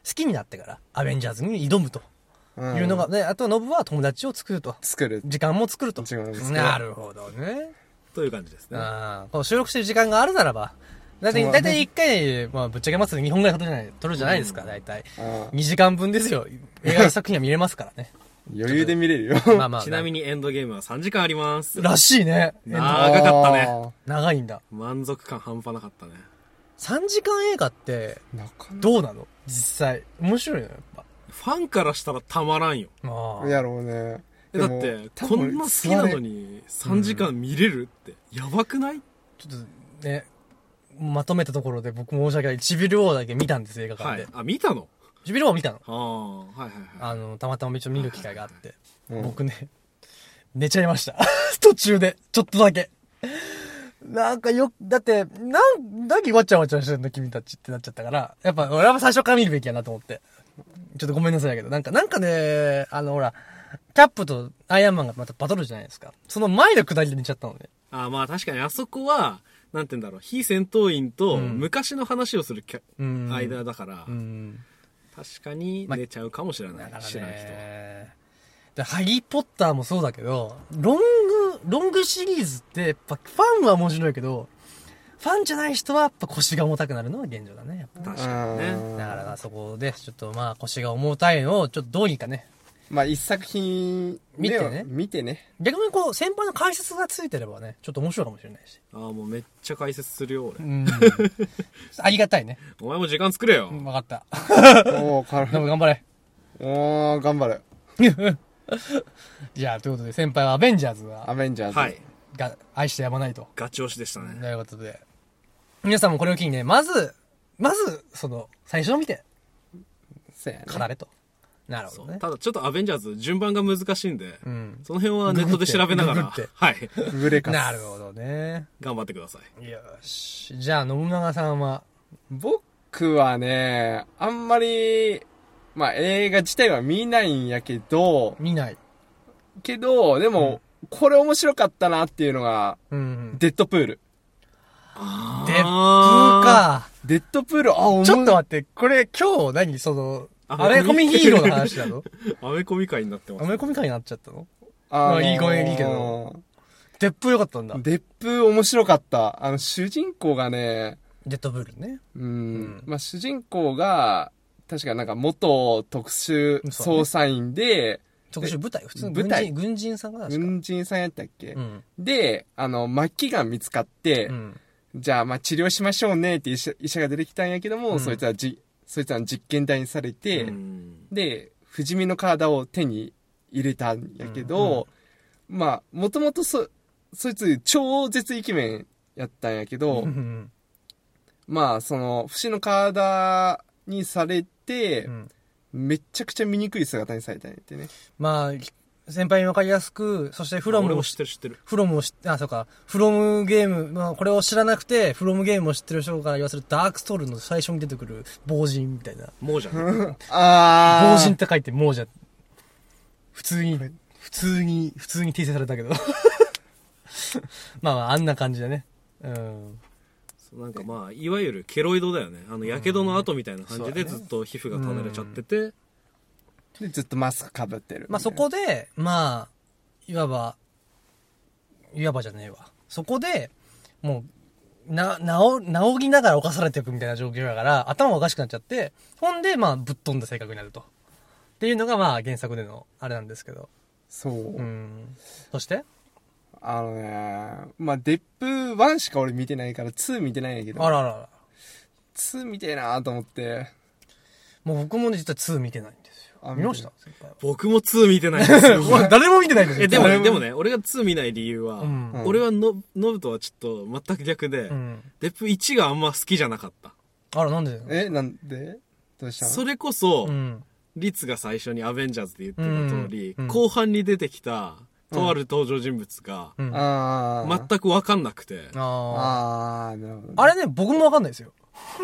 [SPEAKER 1] 好きになってから、アベンジャーズに挑むと
[SPEAKER 3] うん
[SPEAKER 1] いうのが、ね、あとはノブは友達を作ると。
[SPEAKER 3] 作る。
[SPEAKER 1] 時間も作ると。
[SPEAKER 3] 時間も作る
[SPEAKER 1] なるほどね。
[SPEAKER 2] という感じですね。
[SPEAKER 1] ああ、この収録してる時間があるならば、だいたい、
[SPEAKER 3] そう
[SPEAKER 1] だ
[SPEAKER 3] だね
[SPEAKER 1] いたい一回、まあ、ぶっちゃけますで2本ぐらい撮るじゃない、撮るじゃないですか、だいたい。
[SPEAKER 3] うん
[SPEAKER 1] 2時間分ですよ。映画の作品は見れますから ね。
[SPEAKER 3] 余裕で見れるよ。
[SPEAKER 1] まあまあ。
[SPEAKER 2] ちなみにエンドゲームは3時間あります。
[SPEAKER 1] らしいね。
[SPEAKER 2] 長かったね。
[SPEAKER 1] 長いんだ。
[SPEAKER 2] 満足感半端なかったね。
[SPEAKER 1] 3時間映画って、
[SPEAKER 3] あー。なかな
[SPEAKER 1] どうなの実際。面白いのやっぱ。
[SPEAKER 2] ファンからしたらたまらんよ。
[SPEAKER 1] あ
[SPEAKER 3] かやろうね。で
[SPEAKER 2] えだっ
[SPEAKER 3] も
[SPEAKER 2] て、
[SPEAKER 3] 多
[SPEAKER 2] こ
[SPEAKER 3] 分
[SPEAKER 2] んな好きなのに3時間見れるって、やばくない
[SPEAKER 1] ちょっとね、まとめたところで僕申し訳ない。チビル王だけ見たんです、映画
[SPEAKER 2] は
[SPEAKER 1] 館
[SPEAKER 2] い
[SPEAKER 1] で。。
[SPEAKER 2] あ、見たの
[SPEAKER 1] チビル王見たの
[SPEAKER 2] ああ、はいはいはい。
[SPEAKER 1] あの、たまたま一応見る機会があって。
[SPEAKER 3] うん
[SPEAKER 1] 僕ね、寝ちゃいました。 途中で。ちょっとだけ。なんかよ、だって、なん、だけわちゃわちゃしてるの君たちってなっちゃったから、やっぱ俺は最初から見るべきやなと思って。ちょっとごめんなさいだけど、なんか、なんかね、あのほら、キャップとアイアンマンがまたバトルじゃないですか。その前の下りで寝ちゃったのね。
[SPEAKER 2] ああ、まあ確かにあそこは、なんて言うんだろう、非戦闘員と
[SPEAKER 1] うん
[SPEAKER 2] 昔の話をするキャ
[SPEAKER 1] うん
[SPEAKER 2] 間だから、
[SPEAKER 1] うん。
[SPEAKER 2] 確かに寝ちゃうかもしれな
[SPEAKER 1] だ
[SPEAKER 2] い。
[SPEAKER 1] から
[SPEAKER 2] 知らない人は。
[SPEAKER 1] ね。でハリーポッターもそうだけど、ロング、ロングシリーズって、やっぱファンは面白いけど、ファンじゃない人はやっぱ腰が重たくなるのは現状だね。やっぱ
[SPEAKER 2] 確かにね。
[SPEAKER 3] うん
[SPEAKER 1] だからそこで、ちょっとまあ腰が重たいのを、ちょっとどうにかね。
[SPEAKER 3] まあ一作品
[SPEAKER 1] 見てね
[SPEAKER 3] では見てね。
[SPEAKER 1] 逆にこう、先輩の解説がついてればね、ちょっと面白いかもしれないし。
[SPEAKER 2] ああ、もうめっちゃ解説するよ、俺。
[SPEAKER 1] ありがたいね。
[SPEAKER 2] お前も時間作れよ。
[SPEAKER 1] うんわかった。
[SPEAKER 3] おー、か
[SPEAKER 1] ノブ頑張れ。
[SPEAKER 3] おー、頑張る。
[SPEAKER 1] じゃあ、ということで、先輩はアベンジャーズ
[SPEAKER 3] ア
[SPEAKER 1] は
[SPEAKER 3] ベンジャーズ。
[SPEAKER 2] はい。
[SPEAKER 1] が愛してやまないと。
[SPEAKER 2] ガチ押しでしたね。
[SPEAKER 1] ということで、皆さんもこれを機にね、まず、まず、その、最初を見て、
[SPEAKER 3] そうやね。
[SPEAKER 1] 語れと。なるほどね。
[SPEAKER 2] ただちょっとアベンジャーズ順番が難しいんで、
[SPEAKER 1] ん
[SPEAKER 2] その辺はネットで調べなが
[SPEAKER 1] グ
[SPEAKER 2] ら、
[SPEAKER 1] グって
[SPEAKER 2] はい、
[SPEAKER 3] グレカス。
[SPEAKER 1] なるほどね。
[SPEAKER 2] 頑張ってください。
[SPEAKER 1] よし。じゃあ、信長さんは、
[SPEAKER 3] 僕はね、あんまり、まあ映画自体は見ないんやけど、
[SPEAKER 1] 見ない。
[SPEAKER 3] けど、でも、これ面白かったなっていうのが、
[SPEAKER 1] うん。
[SPEAKER 3] デッドプール。
[SPEAKER 1] で、うか。
[SPEAKER 3] デッドプール、あ、思う
[SPEAKER 1] ちょっと待って、これ今日何その、アメコミヒーローの話な の
[SPEAKER 2] アメコミ界になってま
[SPEAKER 1] ア
[SPEAKER 2] す。
[SPEAKER 1] メコミ界になっちゃったの
[SPEAKER 3] あ
[SPEAKER 1] まあいいご縁いいけど。デップ良かったんだ。
[SPEAKER 3] デップ面白かった。あの、主人公がね、
[SPEAKER 1] デッドブルね。
[SPEAKER 3] うん、まあ主人公が、確かなんか元特殊捜査員で、
[SPEAKER 1] 特殊部隊、普通の
[SPEAKER 3] 舞
[SPEAKER 1] 軍
[SPEAKER 3] 台
[SPEAKER 1] 人、軍人さんが確か。
[SPEAKER 3] 軍人さんやったっけ、
[SPEAKER 1] うん。
[SPEAKER 3] で、あの、末期が見つかって、
[SPEAKER 1] うん。
[SPEAKER 3] じゃあ、まあ、治療しましょうねって医者医者が出てきたんやけども、
[SPEAKER 1] うん
[SPEAKER 3] そいつはじ、そいつは実験台にされて、
[SPEAKER 2] うん
[SPEAKER 3] で、不死身の体を手に入れたんやけど、まあ、もともとそ、そいつ超絶イケメンやったんやけど、
[SPEAKER 1] うん。
[SPEAKER 3] まあ、その、不死の体にされて、
[SPEAKER 1] うん
[SPEAKER 3] めっちゃくちゃ醜い姿にされたんやってね。ま
[SPEAKER 1] まあ、先輩にわかりやすく、そしてフロ
[SPEAKER 2] 俺
[SPEAKER 1] ム
[SPEAKER 2] も
[SPEAKER 1] を
[SPEAKER 2] 知ってる知ってる。
[SPEAKER 1] フロムを知って、あ、そうか、フロムゲーム、まあ、これを知らなくて、フロムゲームを知ってる人から言わせるダークストールの最初に出てくる防人みたいな。
[SPEAKER 2] もうじゃん。
[SPEAKER 3] あ
[SPEAKER 1] 防
[SPEAKER 3] ー
[SPEAKER 1] 人って書いて、もうじゃ、普通に、普通に、普通に訂正されたけど。 まあまあ、あんな感じだね。うん。
[SPEAKER 2] そうなんかまあ、いわゆるケロイドだよね。あの、やけどの跡みたいな感じでずっと皮膚がただれちゃってて、
[SPEAKER 3] で、ずっとマスクかぶってる。
[SPEAKER 1] まあそこで、まあ、いわば、いわばじゃねえわ。そこで、もう、な、なお、治りながら侵されていくみたいな状況だから、頭おかしくなっちゃって、ほんで、まあ、ぶっ飛んだ性格になると。っていうのが、まあ、原作での、あれなんですけど。
[SPEAKER 3] そう。
[SPEAKER 1] うん。そして
[SPEAKER 3] あのね、まあ、デップ1しか俺見てないから、2見てないんやけど、
[SPEAKER 1] あらあらあら。
[SPEAKER 3] 2見てえなと思って、
[SPEAKER 1] もう僕もね、実は2見てないんですよ。
[SPEAKER 3] あ
[SPEAKER 1] 見ました先輩は
[SPEAKER 2] 僕も2見てないんですよ。
[SPEAKER 1] お前誰も見てないんですよ。
[SPEAKER 2] え、でも
[SPEAKER 1] 誰
[SPEAKER 2] ね、でもね、俺が2見ない理由は、
[SPEAKER 1] うん
[SPEAKER 2] 俺はの、ノブとはちょっと全く逆で、
[SPEAKER 1] うん。
[SPEAKER 2] デップ1があんま好きじゃなかった。
[SPEAKER 1] あら、なんでだよ
[SPEAKER 3] え、なんでどうしたの
[SPEAKER 2] それこそ、
[SPEAKER 1] うん。
[SPEAKER 2] リツが最初にアベンジャーズで言ってた通り、
[SPEAKER 1] うんうん
[SPEAKER 2] 後半に出てきた、とある登場人物が、
[SPEAKER 1] うん。あ
[SPEAKER 3] あー。
[SPEAKER 2] 全くわかんなくて、
[SPEAKER 1] あ
[SPEAKER 3] あー、なるほどね、
[SPEAKER 1] ー。あれね、僕もわかんないですよ。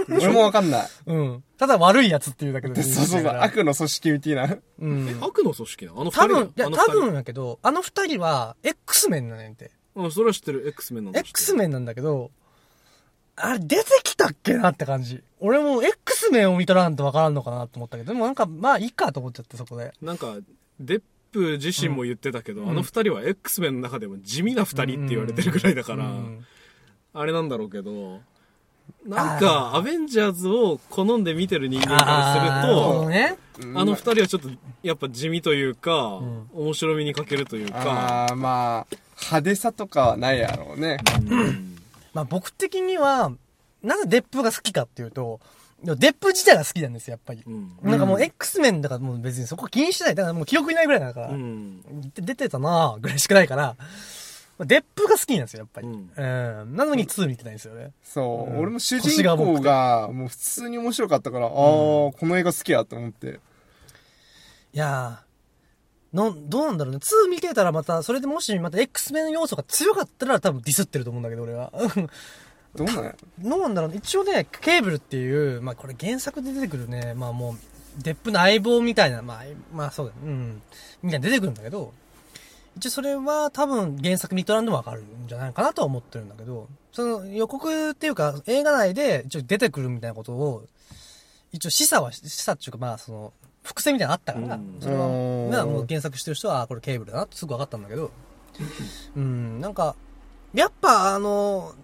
[SPEAKER 3] 俺もわかんない。
[SPEAKER 1] うん。ただ悪いやつっていうだけ
[SPEAKER 3] そ
[SPEAKER 1] で。
[SPEAKER 3] うそうそう、悪の組織みたいな。
[SPEAKER 1] う
[SPEAKER 2] え
[SPEAKER 1] ん。
[SPEAKER 2] 悪の組織なのあの二
[SPEAKER 1] 多
[SPEAKER 2] 人
[SPEAKER 1] 分、い
[SPEAKER 2] な
[SPEAKER 1] や、
[SPEAKER 2] の
[SPEAKER 1] 多
[SPEAKER 2] あの
[SPEAKER 1] 分やけど、あの二人は、X メンなんやって。
[SPEAKER 2] 二人うん、それは知ってる。X メンなの知ってる
[SPEAKER 1] X メンなんだけど、あれ出てきたっけなって感じ。俺も X メンを見とらんとわからんのかなと思ったけど、でもなんか、まあいいかと思っちゃって、そこで。
[SPEAKER 2] なんか、デップ自身も言ってたけど、あの二人は X メンの中でも地味な二人って言われてるぐらいだから、
[SPEAKER 1] うん
[SPEAKER 2] あれなんだろうけど、なんか、アベンジャーズを好んで見てる人間から
[SPEAKER 1] あ
[SPEAKER 2] す
[SPEAKER 1] ー
[SPEAKER 2] る
[SPEAKER 1] なるほど
[SPEAKER 2] と、
[SPEAKER 1] ね。
[SPEAKER 2] あの二人はちょっと、やっぱ地味というか、面白みに欠けるというか、
[SPEAKER 3] あー、まあ、派手さとかはないやろうね。
[SPEAKER 1] まあ僕的には、なぜデップが好きかっていうと、でもデップ自体が好きなんですよ、やっぱり。
[SPEAKER 2] うん
[SPEAKER 1] なんかもう X メンだからもう別にそこ気にしない。だからもう記憶にないぐらいだから。
[SPEAKER 2] うん。
[SPEAKER 1] で出てたなぁぐらいしかないから、まあデップが好きなんですよ、やっぱり。
[SPEAKER 2] う
[SPEAKER 1] うんん。なのに2見てないんですよね。
[SPEAKER 3] そう、
[SPEAKER 1] うん
[SPEAKER 3] 俺も主
[SPEAKER 1] 腰
[SPEAKER 3] 人
[SPEAKER 1] が重く
[SPEAKER 3] 公
[SPEAKER 1] て
[SPEAKER 3] が、もう普通に面白かったから、ああー、この映画好きやと思って。
[SPEAKER 1] いやーの、どうなんだろうね。2見てたらまた、それでもしまた X メンの要素が強かったら多分ディスってると思うんだけど、俺は。
[SPEAKER 3] どうなんや
[SPEAKER 1] どうなんだろうね。一応ね、ケーブルっていう、まあこれ原作で出てくるね、まあもう、デップの相棒みたいな、まあ、まあそうだね。うん。みたいな出てくるんだけど、一応それは多分原作見とらんでもわかるんじゃないかなとは思ってるんだけど、その予告っていうか映画内で一応出てくるみたいなことを、一応示唆は、示唆っていうかまあその、伏線みたいなのあったから、
[SPEAKER 2] うん
[SPEAKER 1] それは、
[SPEAKER 3] うん
[SPEAKER 1] まあもう原作してる人は、あこれケーブルだなってすぐ分かったんだけど、うん、なんか、やっぱあの、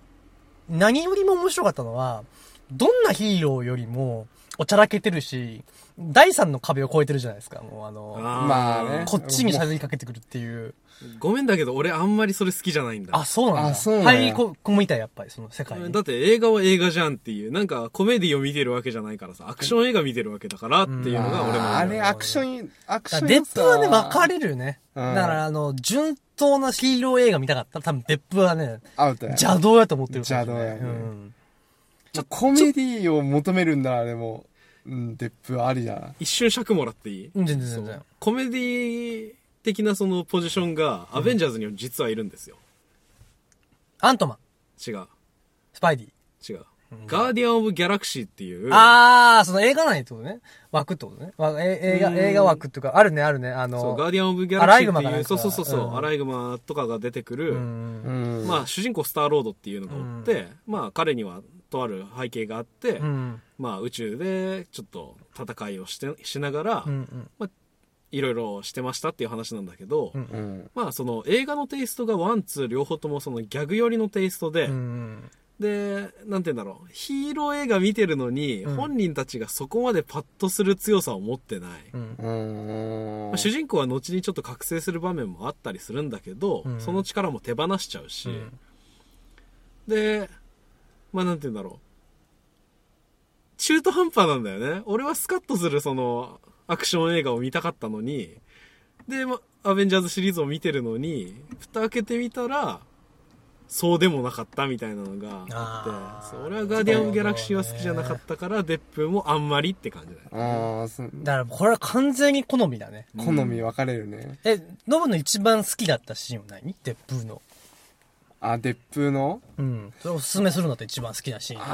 [SPEAKER 1] 何よりも面白かったのは、どんなヒーローよりも、おちゃらけてるし、第三の壁を越えてるじゃないですか、もうあの、
[SPEAKER 3] まあね
[SPEAKER 1] こっちに喋りかけてくるっていう。
[SPEAKER 2] ごめんだけど、俺あんまりそれ好きじゃないんだ。
[SPEAKER 1] あ、そうなんだ。
[SPEAKER 3] あそうなんや
[SPEAKER 1] 入り込みたい、やっぱり、その世界に
[SPEAKER 2] だ。って映画は映画じゃんっていう、なんかコメディを見てるわけじゃないからさ、アクション映画見てるわけだからっていうのが俺
[SPEAKER 3] あーあ
[SPEAKER 2] も
[SPEAKER 3] れ、アクション、アクシ
[SPEAKER 1] だ
[SPEAKER 3] ョ
[SPEAKER 1] か
[SPEAKER 3] ン
[SPEAKER 1] ら別府はね、分か
[SPEAKER 3] る。
[SPEAKER 1] れるよね。
[SPEAKER 3] うん
[SPEAKER 1] だから、あの、順当なヒーロー映画見たかったら、多分別府はね、
[SPEAKER 3] アウトや。
[SPEAKER 1] 邪道やと思ってるかもしれない
[SPEAKER 3] 邪道やね
[SPEAKER 1] うん
[SPEAKER 3] ちょコメディを求めるんだ、あれも。うん、デップありだな。
[SPEAKER 2] 一瞬尺もらっていい
[SPEAKER 1] うん。全然全然。
[SPEAKER 2] コメディ的なそのポジションが、アベンジャーズにも実はいるんですよ。
[SPEAKER 1] アントマン、
[SPEAKER 2] 違う。
[SPEAKER 1] スパイディ。
[SPEAKER 2] 違う。ガーディアン・オブ・ギャラクシーっていう、
[SPEAKER 1] あー、その映画内ってことね。枠ってことね。わえ映画、
[SPEAKER 2] うん
[SPEAKER 1] 映画枠っていうか、あるね、あるね。あの、
[SPEAKER 2] そう、ガーディアン・オブ・ギャ
[SPEAKER 1] ア
[SPEAKER 2] ラ
[SPEAKER 1] ラ
[SPEAKER 2] ク
[SPEAKER 1] イ
[SPEAKER 2] シ
[SPEAKER 1] グマ
[SPEAKER 2] ーって
[SPEAKER 1] か
[SPEAKER 2] い
[SPEAKER 1] な
[SPEAKER 2] う、
[SPEAKER 1] んか
[SPEAKER 2] そうそうそう、そう
[SPEAKER 1] うん
[SPEAKER 2] アライグマとかが出てくる、
[SPEAKER 1] うん
[SPEAKER 3] うん。
[SPEAKER 2] まあ主人公スター・ロードっていうのがおって、まあ彼にはとある背景があって、
[SPEAKER 1] うん。
[SPEAKER 2] まあ宇宙でちょっと戦いをしてしながら
[SPEAKER 1] うん。う、ん。
[SPEAKER 2] いろいろしてましたっていう話なんだけど、
[SPEAKER 1] うん
[SPEAKER 3] うん。
[SPEAKER 2] まあその映画のテイストがワンツー両方ともそのギャグ寄りのテイストで、
[SPEAKER 1] うん。
[SPEAKER 2] でなんて言うんだろうヒーロー映画見てるのに、
[SPEAKER 1] うん
[SPEAKER 2] 本人たちがそこまでパッとする強さを持ってない、
[SPEAKER 1] うん。
[SPEAKER 3] うん。
[SPEAKER 2] まあ主人公は後にちょっと覚醒する場面もあったりするんだけど、
[SPEAKER 1] うん
[SPEAKER 2] その力も手放しちゃうし、
[SPEAKER 1] うん
[SPEAKER 2] でまあなんて言うんだろう中途半端なんだよね俺はスカッとするそのアクション映画を見たかったのにで、まあ、アベンジャーズシリーズを見てるのに蓋開けてみたらそうでもなかったみたいなのが
[SPEAKER 1] あ
[SPEAKER 2] あっ
[SPEAKER 1] ー
[SPEAKER 2] てそう俺はガーディアン・オブ・ギャラクシーは好きじゃなかったからデップもあんまりって感じだよね
[SPEAKER 3] ああ、そう
[SPEAKER 1] だから、これは完全に好みだね。
[SPEAKER 3] 好み分かれるね。
[SPEAKER 1] え、ノブの一番好きだったシーンは何デップーの。
[SPEAKER 3] あ、デップの
[SPEAKER 1] うん。それおすすめするのって一番好きなシーン。
[SPEAKER 3] あ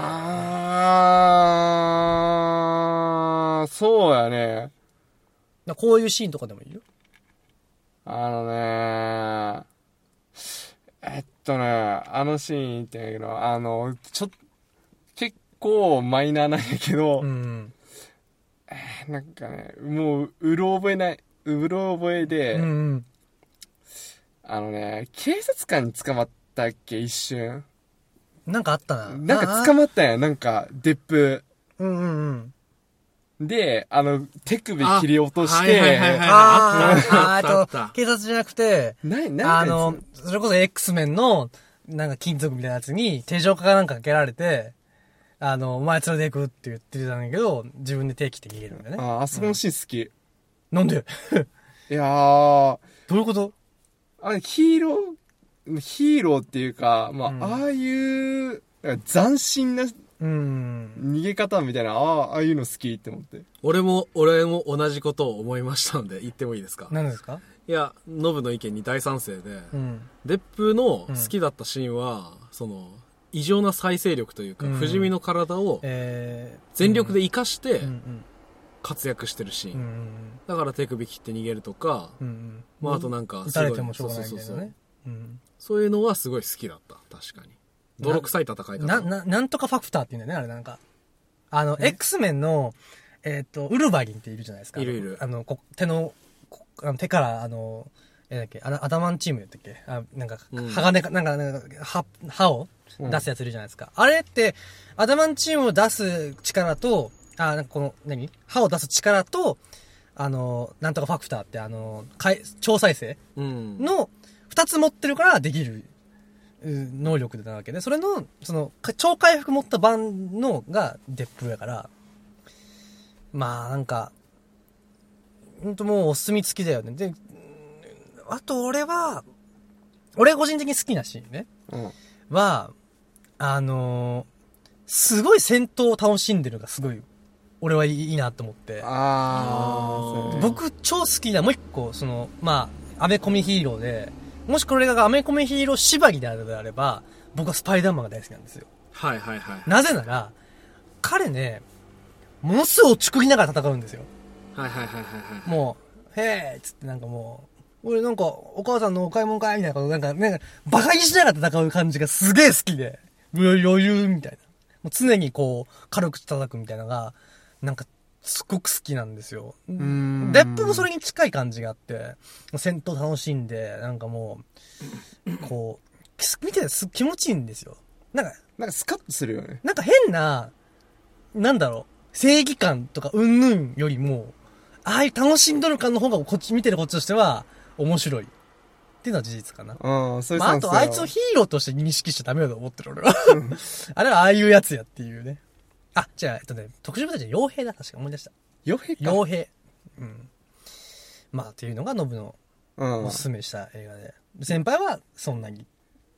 [SPEAKER 3] あ、そうやね。
[SPEAKER 1] だからこういうシーンとかでもいいよ。
[SPEAKER 3] あのねえっとね、あのシーンってんやけど、あの、ちょっ、結構マイナーなんやけど、
[SPEAKER 1] うん。
[SPEAKER 3] なんかね、もう、うろ覚えない、うろ覚えで、
[SPEAKER 1] うんうん。
[SPEAKER 3] あのね、警察官に捕まったっけ、一瞬。
[SPEAKER 1] なんかあったな。
[SPEAKER 3] なんか
[SPEAKER 1] あ
[SPEAKER 3] 捕まったんや、なんか、デップ。
[SPEAKER 1] ーうんうんうん。
[SPEAKER 3] で、あの、手首切り落とし
[SPEAKER 2] はいはいはいは
[SPEAKER 3] て、
[SPEAKER 2] い
[SPEAKER 1] あー
[SPEAKER 2] あ
[SPEAKER 1] あ
[SPEAKER 2] っ
[SPEAKER 1] ー、
[SPEAKER 2] たあ
[SPEAKER 1] あ
[SPEAKER 2] ったあった
[SPEAKER 1] と、警察じゃなくて、
[SPEAKER 3] な、なんか
[SPEAKER 1] あの、それこそ X メンの、なんか金属みたいなやつに手錠かなんかかけられて、あの、お前連れて行くって言ってたんだけど、自分で手切って逃げるんだよね。
[SPEAKER 3] ああそこのシーン好き。
[SPEAKER 1] なんで
[SPEAKER 3] いやー、
[SPEAKER 1] どういうこと
[SPEAKER 3] あれヒーロー、ヒーローっていうか、まあ、
[SPEAKER 1] うん
[SPEAKER 3] ああいう、なんか斬新な
[SPEAKER 1] うん。
[SPEAKER 3] 逃げ方みたいな、ああ、ああいうの好きって思って。
[SPEAKER 2] 俺も俺も同じことを思いましたので言ってもいいですか
[SPEAKER 1] 何ですか
[SPEAKER 2] いやノブの意見に大賛成で、
[SPEAKER 1] うん。
[SPEAKER 2] デップの好きだったシーンは、その異常な再生力というか、
[SPEAKER 1] うん
[SPEAKER 2] 不死身の体を
[SPEAKER 1] えー、
[SPEAKER 2] 全力で生かして
[SPEAKER 1] うんうん。
[SPEAKER 2] 活躍してるシーン、
[SPEAKER 1] うんうん
[SPEAKER 2] だから手首切って逃げるとか、
[SPEAKER 1] うん。うん
[SPEAKER 2] まああとなんか
[SPEAKER 1] 撃
[SPEAKER 2] すご
[SPEAKER 1] た
[SPEAKER 2] い
[SPEAKER 1] れてもしょうがないみたい
[SPEAKER 2] そう
[SPEAKER 1] な
[SPEAKER 2] そうそう
[SPEAKER 1] ね。うん。
[SPEAKER 2] そういうのはすごい好きだった確かに泥臭い戦い方
[SPEAKER 1] な、な、なんとかファクターって言うんだよね、あれなんか。あの、X メンの、えっ、と、ウルバリンっているじゃないですか。
[SPEAKER 2] いるいる
[SPEAKER 1] あの、こ手の、こあの手から、あの、えだっけ、あのアダマンチームやったっけあ、なんか
[SPEAKER 2] うん、
[SPEAKER 1] 鋼か、なんか、なんか、歯、歯を
[SPEAKER 3] うん
[SPEAKER 1] 出すやついるじゃないですか。あれって、アダマンチームを出す力と、あ、なんかこの、何歯を出す力と、あの、なんとかファクターって、あの、かい超再生
[SPEAKER 2] うん
[SPEAKER 1] の二つ持ってるからできるうん能力なわけで、それの、その、か超回復持った版のがデップやから、まあなんか、ほんともうお墨付きだよね。で、うんあと俺は、俺個人的に好きなシーンね、
[SPEAKER 3] うん。
[SPEAKER 1] は、あのーすごい戦闘を楽しんでるのがすごい、俺はいいいいなと思って。
[SPEAKER 3] あーそ
[SPEAKER 2] ー
[SPEAKER 3] うね
[SPEAKER 1] 僕超好きなもう一個そのまあアメコミヒーローでもしこれがアメコミヒーロー縛りであるのであれば僕はスパイダーマンが大好きなんですよ
[SPEAKER 2] はいはいはい
[SPEAKER 1] なぜなら彼ねものすごい落ち込みながら戦うんですよ
[SPEAKER 2] はいはいはいはいはい
[SPEAKER 1] もう「へえ」っつってなんかもう俺なんかお母さんのお買い物かいみたいなことなんかなんかバカにしながら戦う感じがすげえ好きでうわ余裕みたいなもう常にこう軽く叩くみたいなのがなんかすごく好きなんですよ
[SPEAKER 3] ん
[SPEAKER 1] デップもそれに近い感じがあって、戦闘楽しんで、なんかもう、こう、す見ててす気持ちいいんですよ。なんか、
[SPEAKER 3] なんかスカッとするよね。
[SPEAKER 1] なんか変な、なんだろう、正義感とかうんぬんよりも、ああいう楽しんどる感の方がこっち、見てるこっちとしては面白い。っていうのは事実かな。
[SPEAKER 3] うん、そういう
[SPEAKER 1] まあ、
[SPEAKER 3] スタ
[SPEAKER 1] あ
[SPEAKER 3] ンスだ
[SPEAKER 1] と、
[SPEAKER 3] よ
[SPEAKER 1] あいつをヒーローとして認識しちゃダメだと思ってる、俺は。 あれはああいうやつやっていうね。あ、じゃあ、えっとね、特殊部隊じゃ傭兵だ、確か思い出した。
[SPEAKER 3] 傭兵か。
[SPEAKER 1] 傭兵。うん。まあ、っていうのがノブの
[SPEAKER 3] うん
[SPEAKER 1] おすすめした映画で。先輩はそんなに。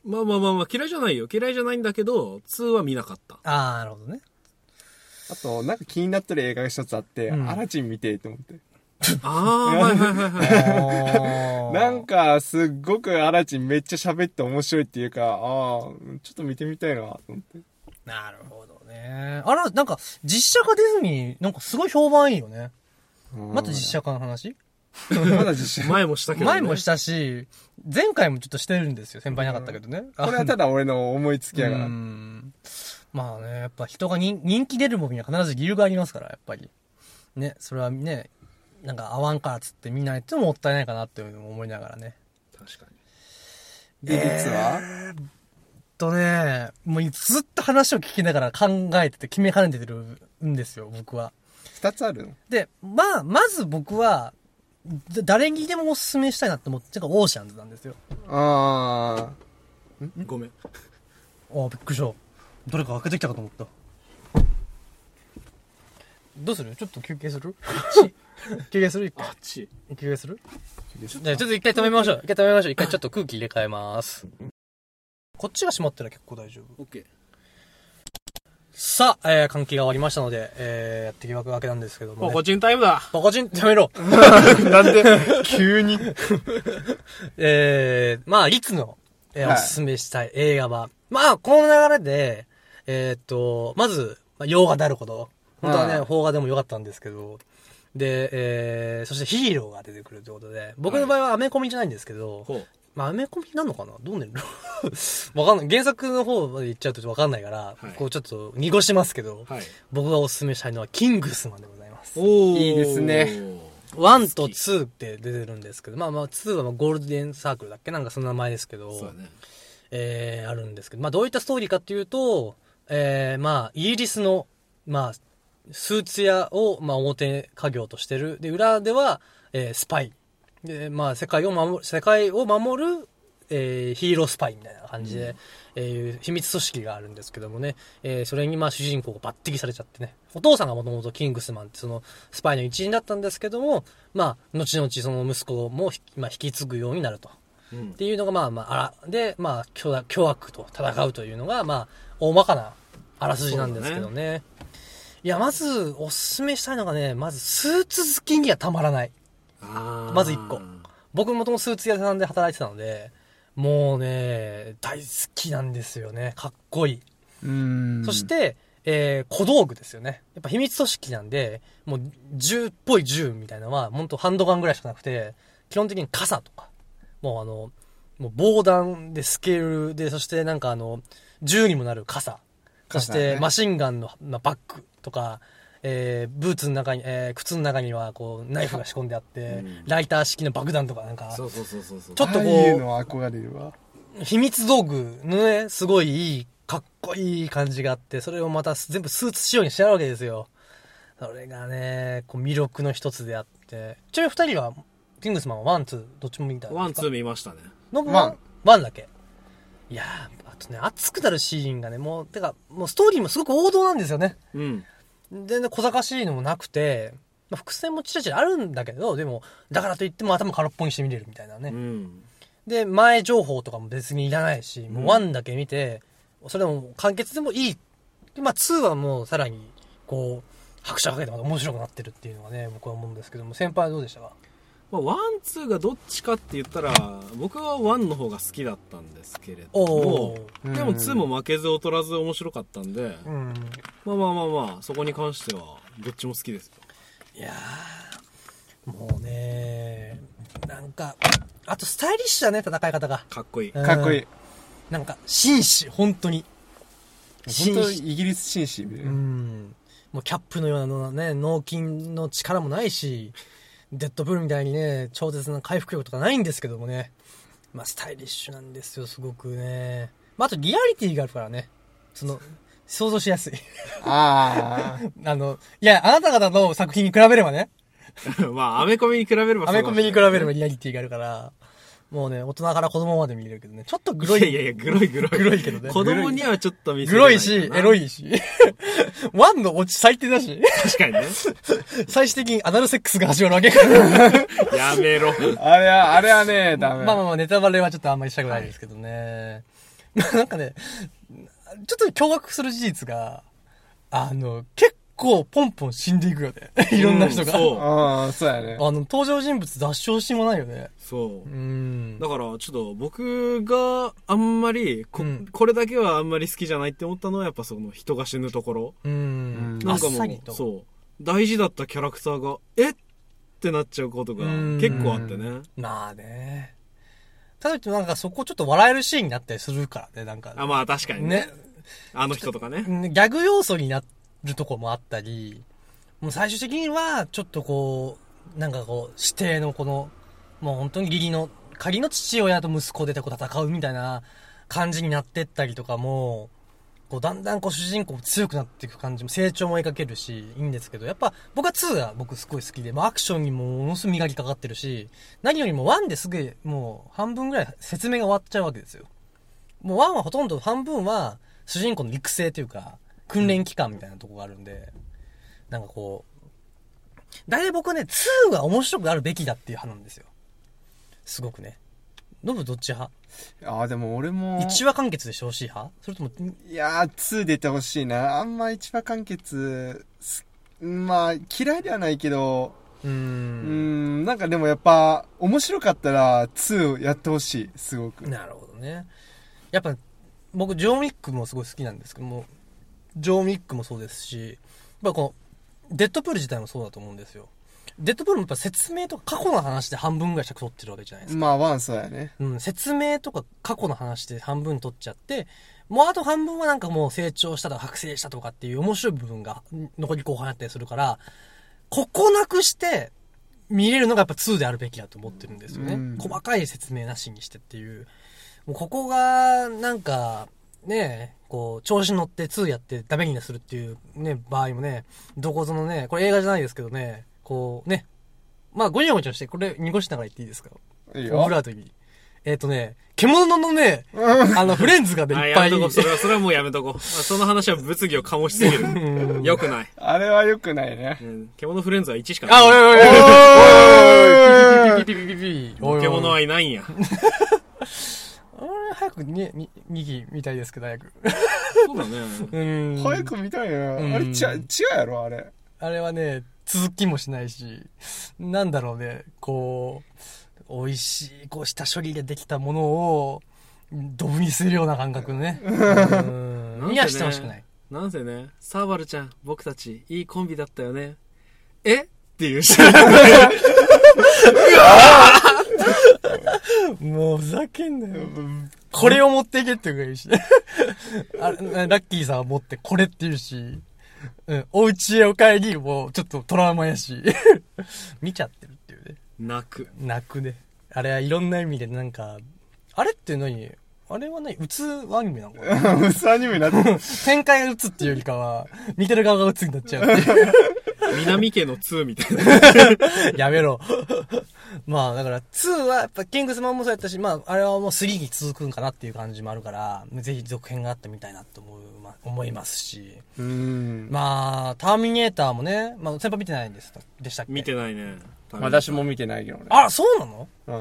[SPEAKER 2] まあまあまあまあ、嫌いじゃないよ。嫌いじゃないんだけど、2は見なかった。
[SPEAKER 1] ああ、なるほどね。
[SPEAKER 3] あと、なんか気になってる映画が一つあって、
[SPEAKER 1] うん
[SPEAKER 3] アラジン見てえと思って。
[SPEAKER 2] ああ、はいはいはいはい。
[SPEAKER 3] な
[SPEAKER 1] なん
[SPEAKER 3] か、すっごくアラジンめっちゃ喋って面白いっていうか、ああ、ちょっと見てみたいなと思って。
[SPEAKER 1] なるほどね。あら、なんか、実写化ディズニー、なんかすごい評判いいよね。また実写化の話
[SPEAKER 3] 写。まだ実写。
[SPEAKER 2] 前もしたけど、ね。
[SPEAKER 1] 前もしたし、前回もちょっとしてるんですよ。先輩いなかったけどね。
[SPEAKER 3] これはただ俺の思いつきやか
[SPEAKER 1] う
[SPEAKER 3] ら。
[SPEAKER 1] んまあね、やっぱ人が人人気出るものには必ず理由がありますから、やっぱり。ね、それはね、なんか合わんからっつって見ないってのももったいないかなっていうのも思いながらね。
[SPEAKER 2] 確かに。
[SPEAKER 3] で、実は、
[SPEAKER 1] とね、もうずっと話を聞きながら考えてて決めかねてるんですよ、僕は。
[SPEAKER 3] 二つあるの
[SPEAKER 1] で、まあ、まず僕は、だ誰にでもおすすめしたいなって思ってるのがオーシャンズなんですよ。
[SPEAKER 3] あ
[SPEAKER 2] ごめん。
[SPEAKER 1] ああ、びっくりした。どれか開けてきたかと思った。どうするちょっと休憩す る休憩する一回
[SPEAKER 2] あっち。
[SPEAKER 1] 休憩する
[SPEAKER 3] ち
[SPEAKER 1] じゃあちょっと一回止めましょう。一回止めましょう。一回ちょっと空気入れ替えます。こっちが閉まったら結構大丈夫。
[SPEAKER 2] オッケー。
[SPEAKER 1] さあ、えー、換気が終わりましたので、えー、やっていくわけなんですけども、
[SPEAKER 2] ポ
[SPEAKER 1] ね。
[SPEAKER 2] コチンタイムだ。
[SPEAKER 1] ポコチンやめろ
[SPEAKER 3] あ。 なんで、急に。
[SPEAKER 1] えー、まあ、いつの、えー
[SPEAKER 3] はい
[SPEAKER 1] おすすめしたい映画は、まあ、この流れで、えーっと、まず、まあ洋画であること。本当はね、
[SPEAKER 3] はい
[SPEAKER 1] 邦画でもよかったんですけど、で、えー、そしてヒーローが出てくるということで、僕の場合はアメコミじゃないんですけど、
[SPEAKER 2] ほう。
[SPEAKER 1] まあ、アメコミなのかなどうねんの わかんない。原作の方まで行っちゃうとわかんないから、
[SPEAKER 2] はい
[SPEAKER 1] こうちょっと濁しますけど、
[SPEAKER 2] はい。
[SPEAKER 1] 僕がおすすめしたいのは、キングスマンでございます。
[SPEAKER 2] お
[SPEAKER 3] いいですね。
[SPEAKER 1] 1と2って出てるんですけど、まあまあ、2はまあゴールデンサークルだっけなんかその名前ですけど、
[SPEAKER 2] そうだね。
[SPEAKER 1] えー、あるんですけど、まあどういったストーリーかっていうと、えー、まあ、イギリスの、まあ、スーツ屋を、まあ、表家業としてる。で、裏では、えー、スパイ。で、まあ、世界を守る、世界を守る、えー、ヒーロースパイみたいな感じで、えー秘密組織があるんですけどもね、えーそれにまあ主人公が抜擢されちゃってね、お父さんがもともとキングスマンってそのスパイの一員だったんですけども、まあ、後々その息子もひ、まあ、引き継ぐようになると。
[SPEAKER 2] うん
[SPEAKER 1] っ。ていうのがまあまああらでまあ巨大巨悪と戦うというのがまあ大まかなあらすじなんですけど
[SPEAKER 2] そ
[SPEAKER 1] ねいやまずおすすめしたいのがねまずスーツ好きにはたまらない
[SPEAKER 2] あー
[SPEAKER 1] まず一個僕もともとスーツ屋さんで働いてたのでもうね大好きなんですよねかっこいい
[SPEAKER 3] うん
[SPEAKER 1] そし、て、えー小道具ですよね。やっぱ秘密組織なんで、もう銃っぽい銃みたいなのは、本当ハンドガンぐらいしかなくて、基本的に傘とか、もうあの、もう防弾でスケールで、そしてなんかあの、銃にもなる傘。そし
[SPEAKER 3] 傘
[SPEAKER 1] て
[SPEAKER 3] ね
[SPEAKER 1] マシンガンの、まあ、バッグとか、えーブーツの中に、えー靴の中にはこうナイフが仕込んであって、
[SPEAKER 2] うん
[SPEAKER 1] ライター式の爆弾とかなんか、
[SPEAKER 2] そうそうそうそうそう。
[SPEAKER 1] ちょっとこう
[SPEAKER 3] ああいうのは憧れるわ。
[SPEAKER 1] 秘密道具のね、すごいいい、かっこいい感じがあって、それをまた全部スーツ仕様にしてあるわけですよ。それがね、こう魅力の一つであって。ちなみに二人は、キングスマンはワン、ツー、どっちも見たんですか
[SPEAKER 2] ワン、ツー見ましたね。
[SPEAKER 1] ノブ
[SPEAKER 3] ワ
[SPEAKER 1] は
[SPEAKER 3] ン
[SPEAKER 1] ワンだけ。いやー、あとね、熱くなるシーンがね、もう、てか、もうストーリーもすごく王道なんですよね。
[SPEAKER 2] うん。
[SPEAKER 1] 全然小賢しいのもなくて、まあ、伏線もちらちらあるんだけど、でも、だからといっても頭空っぽにして見れるみたいなね。
[SPEAKER 2] うん。
[SPEAKER 1] で、前情報とかも別にいらないし、もう
[SPEAKER 2] うん
[SPEAKER 1] ワンだけ見て、それも完結でもいい。でまあ2はもうさらに、こう、拍車かけてまた面白くなってるっていうのがね、僕は思うんですけども、先輩はどうでしたか
[SPEAKER 2] まあ、ワン、ツーがどっちかって言ったら、僕はワンの方が好きだったんですけれど
[SPEAKER 1] お
[SPEAKER 2] も
[SPEAKER 1] ー、
[SPEAKER 2] で
[SPEAKER 3] う
[SPEAKER 2] も
[SPEAKER 3] ん
[SPEAKER 2] ツーも負けず劣らず面白かったんで、
[SPEAKER 1] うん。
[SPEAKER 2] まあまあまあまあ、そこに関しては、どっちも好きですよ。
[SPEAKER 1] いやー、もうねなんか、あとスタイリッシュだね、戦い方が。
[SPEAKER 2] かっこいい。
[SPEAKER 1] うん
[SPEAKER 3] かっこいい。
[SPEAKER 1] なんか、紳士、本当に。
[SPEAKER 3] 本当イギリス紳士みたいうな。
[SPEAKER 1] ん。もうキャップのようなね、脳筋の力もないし、デッドブルみたいにね、超絶な回復力とかないんですけどもね。まあ、スタイリッシュなんですよ、すごくね。まあ、あとリアリティがあるからね。その、想像しやすい。
[SPEAKER 3] ああ。
[SPEAKER 1] あの、いや、あなた方の作品に比べればね、
[SPEAKER 2] まあ、アメコミに比べれば
[SPEAKER 1] アメコミに比
[SPEAKER 2] べ
[SPEAKER 1] べればリアリティがあるから、もうね、大人から子供まで見れるけどね、ちょっとグロい。
[SPEAKER 2] いやいや、グロいグロい。
[SPEAKER 1] グロいけどね
[SPEAKER 2] 子供にはちょっと見せ
[SPEAKER 1] グ
[SPEAKER 2] れな
[SPEAKER 1] ロ
[SPEAKER 2] い
[SPEAKER 1] いし、エロ
[SPEAKER 2] い。
[SPEAKER 1] いし。 ワンのオチ最低だし、
[SPEAKER 2] 確かにね。
[SPEAKER 1] 最終的にアナルセックスが始まるわけ から。
[SPEAKER 2] やめ ろ。
[SPEAKER 3] あれは、あれはね、ダメ。
[SPEAKER 1] まあまあまあ、ネタバレはちょっとあんまりしたくないですけどね。まあなんかね、ちょっと驚愕する事実が、あの、結構ポンポン死んでいくよね。いろんな人が。
[SPEAKER 2] うそう。
[SPEAKER 3] うん、そうやね。
[SPEAKER 1] あの、登場人物脱症しもないよね。
[SPEAKER 2] そうう。
[SPEAKER 1] ん
[SPEAKER 2] だ。から、ちょっと僕があんまりこ、
[SPEAKER 1] うん
[SPEAKER 2] これだけはあんまり好きじゃないって思ったのは、やっぱその人が死ぬところ。
[SPEAKER 1] うん。
[SPEAKER 3] うん
[SPEAKER 2] な
[SPEAKER 1] あ
[SPEAKER 2] ん
[SPEAKER 1] っ
[SPEAKER 2] かも
[SPEAKER 1] さり
[SPEAKER 2] う、
[SPEAKER 1] と。
[SPEAKER 2] そう。大事だったキャラクターが、えってなっちゃうことが
[SPEAKER 1] うん
[SPEAKER 2] 結構あってね。
[SPEAKER 1] まあね。ただなんかそこちょっと笑えるシーンになったりするからね、なんか。
[SPEAKER 2] あ、まあ確かにね。あの人とかね。
[SPEAKER 1] ね。ギャグ要素になるとこもあったり、もう最終的にはちょっとこう、なんかこう、指定のこの、もう本当に義理の、仮の父親と息子でこう戦うみたいな感じになってったりとかも、こうだんだんこう主人公も強くなっていく感じも成長も描けるし、いいんですけど、やっぱ僕は2が僕すごい好きで、まあアクションにもものすごい磨きかかってるし、何よりも1ですぐもう半分ぐらい説明が終わっちゃうわけですよ。もう1はほとんど半分は主人公の育成というか、訓練期間みたいなとこがあるんで、なんかこう、だいぶ僕はね、2が面白くあるべきだっていう派なんですよ。すごくね。ノブどっち派
[SPEAKER 3] ああ、でも俺も。
[SPEAKER 1] ?1 話完結でしてほしい派それとも、
[SPEAKER 3] いやー、2出てほしいな。あんま一話完結、すまあ、嫌いではないけど、
[SPEAKER 1] うー
[SPEAKER 3] うんーん、なんかでもやっぱ、面白かったら、2やってほしい、すごく。
[SPEAKER 1] なるほどね。やっぱ、僕、ジョー・ミックもすごい好きなんですけども、ジョー・ミックもそうですし、やっぱこの、デッドプール自体もそうだと思うんですよ。デッドプールもやっぱ説明とか過去の話で半分ぐらい尺取ってるわけじゃないですか。
[SPEAKER 3] まあ、ワンそうやね。
[SPEAKER 1] うん、説明とか過去の話で半分取っちゃって、もうあと半分はなんかもう成長したとか覚醒したとかっていう面白い部分がん残り後半あったりするから、ここなくして見れるのがやっぱ2であるべきだと思ってるんですよね。
[SPEAKER 3] うん
[SPEAKER 1] 細かい説明なしにしてっていう。もうここが、なんか、ねえ、こう、調子に乗って2やってダメにするっていうね、場合もね、どこぞのね、これ映画じゃないですけどね、こうね、まあごにょごにょして、これ濁しながら言っていいですか
[SPEAKER 3] いい
[SPEAKER 1] オ
[SPEAKER 3] よ
[SPEAKER 1] ブ。ラートに。えっ、とね、獣のね、あの、フレンズがね、
[SPEAKER 2] あ、
[SPEAKER 1] いっ
[SPEAKER 2] や
[SPEAKER 1] ぱ
[SPEAKER 2] め
[SPEAKER 1] い。
[SPEAKER 2] とこう。それは、それはもうやめとこう。まあその話は物議を醸しすぎ る。よくない。
[SPEAKER 3] あれは良くないね
[SPEAKER 2] う。ん獣フレンズは1しかない。
[SPEAKER 1] あ、おいおいおいおいピピピピピピピピ。
[SPEAKER 2] ポケモノ
[SPEAKER 1] は。
[SPEAKER 2] はいないんや。
[SPEAKER 1] 俺、早くに、に、にぎみたいですけど、早く。
[SPEAKER 2] そうだね。
[SPEAKER 1] うん。
[SPEAKER 3] 早く見たいな。
[SPEAKER 1] うん
[SPEAKER 3] あれ、ちゃ、違うやろ、あれ。
[SPEAKER 1] あれはね、続きもしないし、なんだろうね、こう、美味しい、こう、下処理でできたものを、ドブにするような感覚のね。うん。にはしてほしくない。
[SPEAKER 2] なんせね、サーバルちゃん、僕たち、いいコンビだったよね。えっていうシ
[SPEAKER 1] もうふざけんなよ。これを持っていけって言うからいいし。 あラッキーさんは持ってこれって言うし、うん、お家へお帰りもちょっとトラウマやし、 見ちゃってるっていうね。
[SPEAKER 2] 泣く。
[SPEAKER 1] 泣くね。あれはいろんな意味でなんか、あれって何あれは何うつアニメなのかな
[SPEAKER 3] 嘘アニメになってる。
[SPEAKER 1] 展開がうつっていうよりかは、見てる側がうつになっちゃうっていう
[SPEAKER 2] 南家の2みたい な。
[SPEAKER 1] やめろ。まあ、だから、2は、やっぱ、キングスマンもそうやったし、まあ、あれはもう3に続くんかなっていう感じもあるから、ぜひ続編があってみたいなと思う、ま、思いますし。
[SPEAKER 3] うん。
[SPEAKER 1] まあ、ターミネーターもね、まあ、先輩見てないんです、でしたっけ
[SPEAKER 2] 見てないね。
[SPEAKER 3] 私も見てないけどね。
[SPEAKER 1] あら、そうなの
[SPEAKER 3] うん。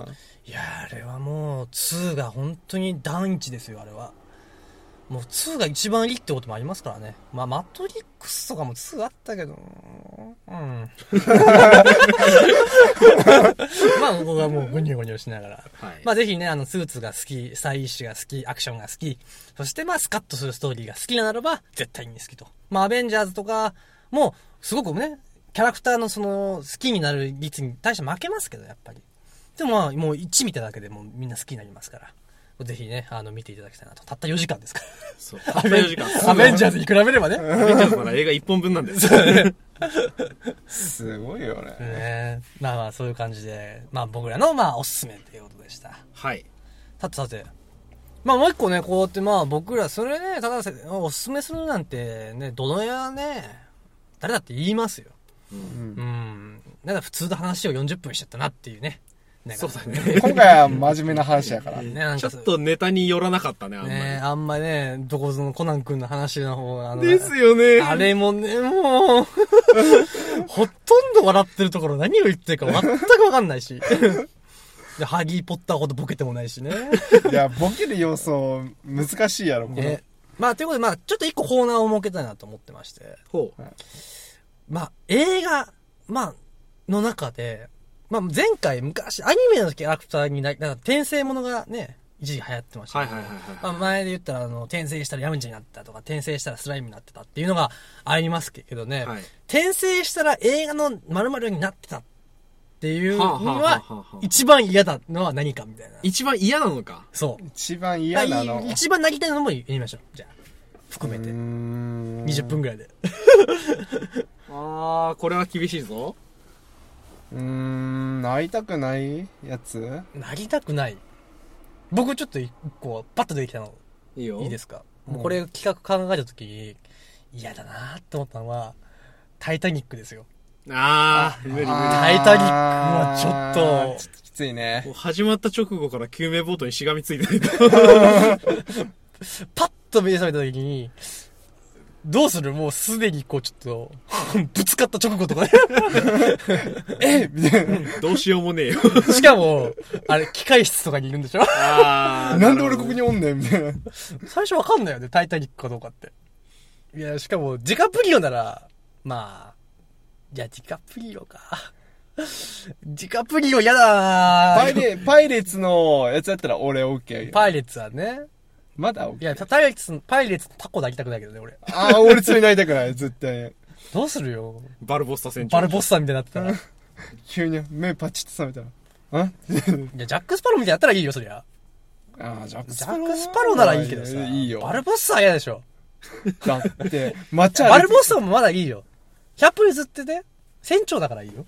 [SPEAKER 1] いや、あれはもう、2が本当に第一ですよ、あれは。もう2が一番いいってこともありますからね。まあ、マトリックスとかも2あったけど、 うん。まあ、ここがもうゴニョゴニョしながら。
[SPEAKER 2] はい。
[SPEAKER 1] まあ、ぜひね、あの、スーツが好き、スタイリッシュが好き、アクションが好き、そしてまあ、スカッとするストーリーが好きならば、絶対に好きと。まあ、アベンジャーズとかも、すごくね、キャラクターのその、好きになる率に対して負けますけど、やっぱり。でもまあ、もう1見ただけでもうみんな好きになりますから。ぜひね、あの、見ていただきたいなと。たった4時間ですから。
[SPEAKER 2] そう。たった4時間。
[SPEAKER 1] アベンジャーズに比べればね。ね
[SPEAKER 2] 見ちゃうから映画1本分な んです。
[SPEAKER 3] すごいよね。
[SPEAKER 1] えまあまあ、そういう感じで、まあ僕らの、まあ、おすすめということでした。
[SPEAKER 2] はい。
[SPEAKER 1] さてさて、まあもう一個ね、こうやってまあ僕ら、それね、ただおすすめするなんてね、どのやね、誰だって言いますよ。
[SPEAKER 3] うん
[SPEAKER 1] うん。だから普通の話を40分しちゃったなっていうね。なんか
[SPEAKER 2] そうだね。
[SPEAKER 3] 今回は真面目な話やから
[SPEAKER 1] ね、なん
[SPEAKER 2] ちょ
[SPEAKER 1] か
[SPEAKER 2] っとネタによらなかったね、あんまり。
[SPEAKER 1] ね、あんまね、どこぞのコナン君の話の方が、あの、
[SPEAKER 2] ですよね。
[SPEAKER 1] あれもね、もう、 ほとんど笑ってるところ何を言ってるか全くわかんないし。で、ハギーポッターほどボケてもないしね。
[SPEAKER 3] いやボケる要素難しいやろこれ
[SPEAKER 1] ねまあ、ということで、まあ、ちょっと一個コーナーを設けたいなと思ってまして。
[SPEAKER 2] ほう。
[SPEAKER 1] まあ、映画、まあ、の中で、まあ、前回、昔、アニメのキャラクターにな、なんか転生ものがね、一時流行ってました
[SPEAKER 2] はい
[SPEAKER 1] け
[SPEAKER 2] はい
[SPEAKER 1] ど、
[SPEAKER 2] はいはい。
[SPEAKER 1] まあ、前で言ったら、あの、転生したらヤムチャになったとか、転生したらスライムになってたっていうのがありますけどね、
[SPEAKER 2] はい
[SPEAKER 1] 転生したら映画の〇〇になってたっていうの
[SPEAKER 2] はあはあはあは
[SPEAKER 1] は
[SPEAKER 2] あ、
[SPEAKER 1] 一番嫌だのは何かみたいな。
[SPEAKER 2] 一番嫌なのか。
[SPEAKER 1] そう。
[SPEAKER 3] 一番嫌なの
[SPEAKER 1] あい一番なりたいのも言いましょう。じゃあ、含め
[SPEAKER 3] う
[SPEAKER 1] て
[SPEAKER 3] ー。ん
[SPEAKER 1] 20分ぐらいで。
[SPEAKER 2] あー、これは厳しいぞ。
[SPEAKER 3] うーん会いたくないやつ
[SPEAKER 1] なりたくない。僕ちょっと一個、パッと出てきたの、
[SPEAKER 2] いいよ。。
[SPEAKER 1] いいですすかもうこれ企画考えた時に、嫌だなって思ったのは、タイタニックですよ。
[SPEAKER 2] あー、無理無理。も
[SPEAKER 1] タイタニックはちょっと
[SPEAKER 3] あーちょっときついうね
[SPEAKER 2] 始まった直後から救命ボートにしがみついてないと。
[SPEAKER 1] パッと目覚めた時に、どうするもうすでにこうちょっと、 ぶつかった直後と かね。
[SPEAKER 3] え みたい
[SPEAKER 2] どうしようもねえよ。
[SPEAKER 1] しかも、あれ、機械室とかにいるんでしょ
[SPEAKER 2] あ
[SPEAKER 3] ななんで俺ここにおんねんみたいな
[SPEAKER 1] 最初わかんないよね、タイタニックかどうかって。いや、しかも、ディカプリオなら、まあ、いや、ディカプリオか。 ディカプリオ嫌だな
[SPEAKER 3] パイレパイレーツのやつやったら俺 OK
[SPEAKER 1] パイレーツはね。
[SPEAKER 3] まだ
[SPEAKER 1] い
[SPEAKER 3] OK
[SPEAKER 1] や、パイレーツ、パイレーツのタコなりたくないけどね、俺。
[SPEAKER 3] ああ俺釣りになりたくない絶対
[SPEAKER 1] どうするよ。
[SPEAKER 2] バルボスタ船長。
[SPEAKER 1] バルボッサみたいになってたら。い
[SPEAKER 3] 急に目パチッと覚めたらん
[SPEAKER 1] や、ジャック・スパローみたいになったらいいよ、そりゃ。
[SPEAKER 3] ああジャック
[SPEAKER 1] ジャック・スパローならいいけどさ。
[SPEAKER 3] いいよ
[SPEAKER 1] バルボッサは嫌でしょ。
[SPEAKER 3] だって抹茶
[SPEAKER 1] バルボッサもまだいいよ。100歩譲ってね、船長だからいいよ。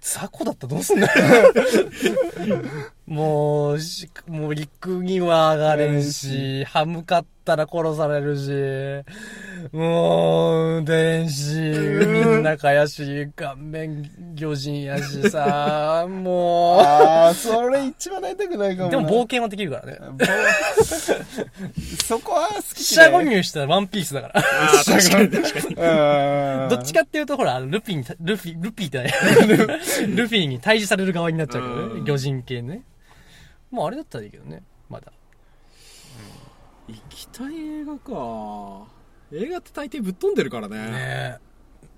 [SPEAKER 1] 雑魚だったらどうすんだ よ。もう、しもう陸には上がれんし、歯向かったら殺されるし、もう、電子、みんなかやし、顔面魚人やしさ、 も
[SPEAKER 3] ああそれ一番なりたくないか
[SPEAKER 1] う。
[SPEAKER 3] も
[SPEAKER 1] でも冒
[SPEAKER 3] ぼ
[SPEAKER 1] 険はできるからね。
[SPEAKER 3] そこは好き
[SPEAKER 1] 死者誤入したらワンピースだから。
[SPEAKER 2] あー確かに
[SPEAKER 3] か
[SPEAKER 1] どっちかっていうと、ほら、あのルピンに、ルフィ、ルピーって ないルフィに退治される側になっちゃうけど
[SPEAKER 2] う
[SPEAKER 1] ね。
[SPEAKER 2] ん
[SPEAKER 1] 魚人系ね。まあ、あれだったらいいけどね。まだ。
[SPEAKER 2] 行きたい映画か。映画って大抵ぶっ飛んでるからね。
[SPEAKER 1] ね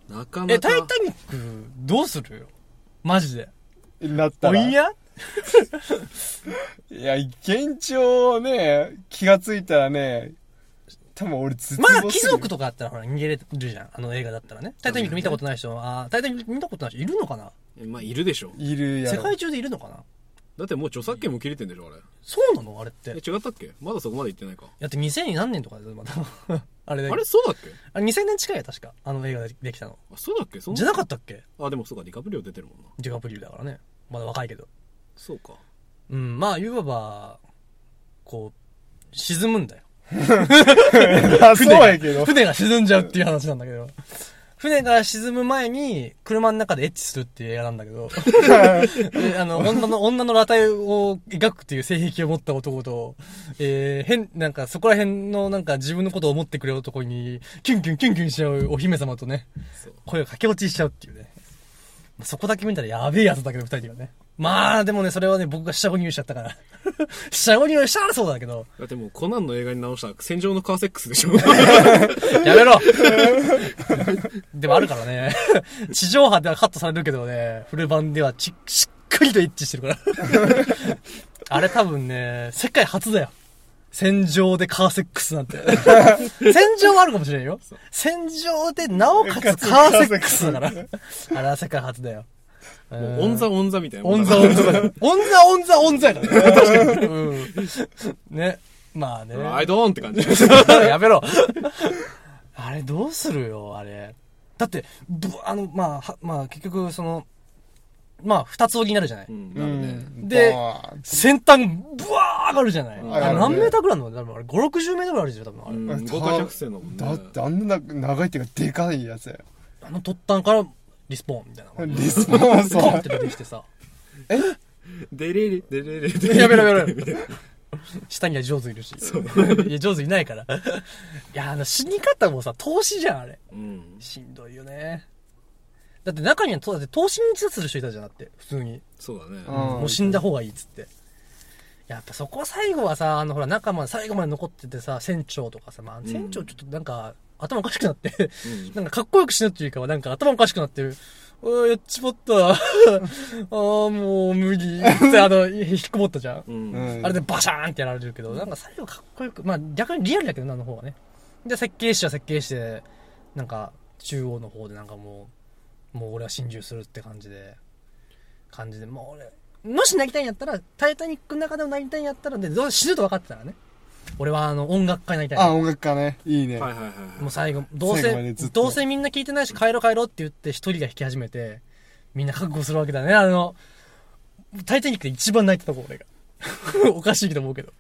[SPEAKER 2] なかなか。
[SPEAKER 1] え。え、タイタニック、どうするよマジで。
[SPEAKER 3] なった
[SPEAKER 1] お
[SPEAKER 3] ら
[SPEAKER 1] い
[SPEAKER 3] い
[SPEAKER 1] や
[SPEAKER 3] や現状ね気がついたらね多分俺ずっと
[SPEAKER 1] まあ、貴族とかだったらほら、逃げれるじゃん。あの映画だったらね。タイタニック見たことない人、あータイタニック見たことない人いるのかな
[SPEAKER 2] まあ、いるでしょ。
[SPEAKER 3] いるや
[SPEAKER 1] 世
[SPEAKER 3] ろ
[SPEAKER 1] 界中でいるのかな
[SPEAKER 2] だってもう著作権も切れてんでしょ、あれ。
[SPEAKER 1] そうなのあれって
[SPEAKER 2] え、。違ったっけまだそこまで行ってないか。
[SPEAKER 1] だって2000何年とかだよ、まだ。 あれだ
[SPEAKER 2] あ
[SPEAKER 1] よ
[SPEAKER 2] れ、そうだっけ
[SPEAKER 1] あれ2000年近いよ、確か。あの映画でできたの。
[SPEAKER 2] あ、そうだっけそん
[SPEAKER 1] じゃなかったっけ
[SPEAKER 2] あ、でもそうか、ディカプリオ出てるもんな。
[SPEAKER 1] デュカプリューだからね。まだ若いけど。
[SPEAKER 2] そうか。
[SPEAKER 1] うん、まあ、言わば、こう、沈むんだよ。
[SPEAKER 3] あ そうや けど
[SPEAKER 1] 船が沈んじゃうっていう話なんだけど。船が沈む前に、車の中でエッチするっていう映画なんだけ ど、であの、女の、女の裸体を描くっていう性癖を持った男と、えー、変、なんか、そこら辺の、なんか、自分のことを思ってくれる男に、キュンキュンキュンキュンしちゃうお姫様とね、
[SPEAKER 2] そう。
[SPEAKER 1] 声が駆け落ちしちゃうっていうね。そこだけ見たらやべえやつだけど、二人はね。まあ、でもね、それはね、僕が下五入しちゃったから。下五入したらそうだけど。
[SPEAKER 2] だってもうコナンの映画に直した戦場のカーセックス でしょ
[SPEAKER 1] やめろ でもあるからね。地上波ではカットされるけどね、フル版ではちしっくりと一致してるから。 あれ多分ね、世界初だよ。戦場でカーセックスなんて。 戦場はあるかもしれんよ。戦場でなおかつカーセックスだから。あれは世界初だよ。
[SPEAKER 2] もうオンザオンザみたいな
[SPEAKER 1] オ
[SPEAKER 2] もん
[SPEAKER 1] ン
[SPEAKER 2] だ
[SPEAKER 1] ザオンザ。オンザオンザオンザやからね。確かに。うん。ね。まあね。
[SPEAKER 2] アイドーンって感じ。
[SPEAKER 1] やめろ。あれどうするよ、あれ。だって、ぶあの、まあ、はまあ、結局、その、まあ、二つ折りになるじゃない。
[SPEAKER 2] うん。
[SPEAKER 3] う
[SPEAKER 2] なるね。
[SPEAKER 3] ん。
[SPEAKER 1] で
[SPEAKER 3] バーン
[SPEAKER 1] 先端、ブワー上がるじゃない。
[SPEAKER 2] うん
[SPEAKER 1] あれ
[SPEAKER 3] 上がる
[SPEAKER 1] 何
[SPEAKER 3] ね
[SPEAKER 1] メーターぐらいの多分あれ、5、60メーターぐらいあるでしょ、多分あれ。
[SPEAKER 2] うん。
[SPEAKER 3] うん
[SPEAKER 2] 豪華客船だもんね。
[SPEAKER 3] だってあんな長いっていうかでかいやつだよ
[SPEAKER 1] あの突端から、リスポーンみたいな。
[SPEAKER 3] リスポン
[SPEAKER 1] ポ ンっ
[SPEAKER 3] サ
[SPEAKER 1] て出てきてさ、
[SPEAKER 2] デレレ、デレレ、デレ レ。
[SPEAKER 1] やめろやめろ。下には上手いるし。いや、上手いないから。いや、あの、死に方もさ、投資じゃん、あれ。
[SPEAKER 2] うん。
[SPEAKER 1] しんどいよね。だって中には、だって投資に自殺する人いたじゃん、だって、普通に。
[SPEAKER 2] そうだね。
[SPEAKER 3] うん
[SPEAKER 1] もう死んだ方がいいっつって。やっぱそこは最後はさ、あのほら、仲間最後まで残っててさ、船長とかさ、まあ、船長ちょっとなんか、頭おかしくなって、なんかかっこよく死ぬっていうかは、なんか頭おかしくなってる。あーやっちまった。ああ、もう無理。って、あの、引きこもったじゃん。
[SPEAKER 2] うん。
[SPEAKER 3] うん
[SPEAKER 1] あれでバシャーンってやられるけど、なんか最後かっこよく、まあ逆にリアルだけどな、あの方はね。で、設計士は設計士で、なんか中央の方でなんかもう、もう俺は心中するって感じで、感じで、もう俺、もしなりたいんやったら、タイタニックの中でもなりたいんやったら、で、どう死ぬと分かってたらね。俺はあの音楽家になりたい。
[SPEAKER 3] あ音楽家ねいいね
[SPEAKER 2] はいはいはい
[SPEAKER 1] も
[SPEAKER 2] は
[SPEAKER 1] う最後、どう
[SPEAKER 3] 最後まで
[SPEAKER 1] せ、
[SPEAKER 3] ずっと
[SPEAKER 1] どうせみんな聞いてないし帰ろう帰ろうって言って一人が弾き始めて、みんな覚悟するわけだね。あの、タイタニックで一番泣いてたとこ、俺が。 おかしいと思うけど。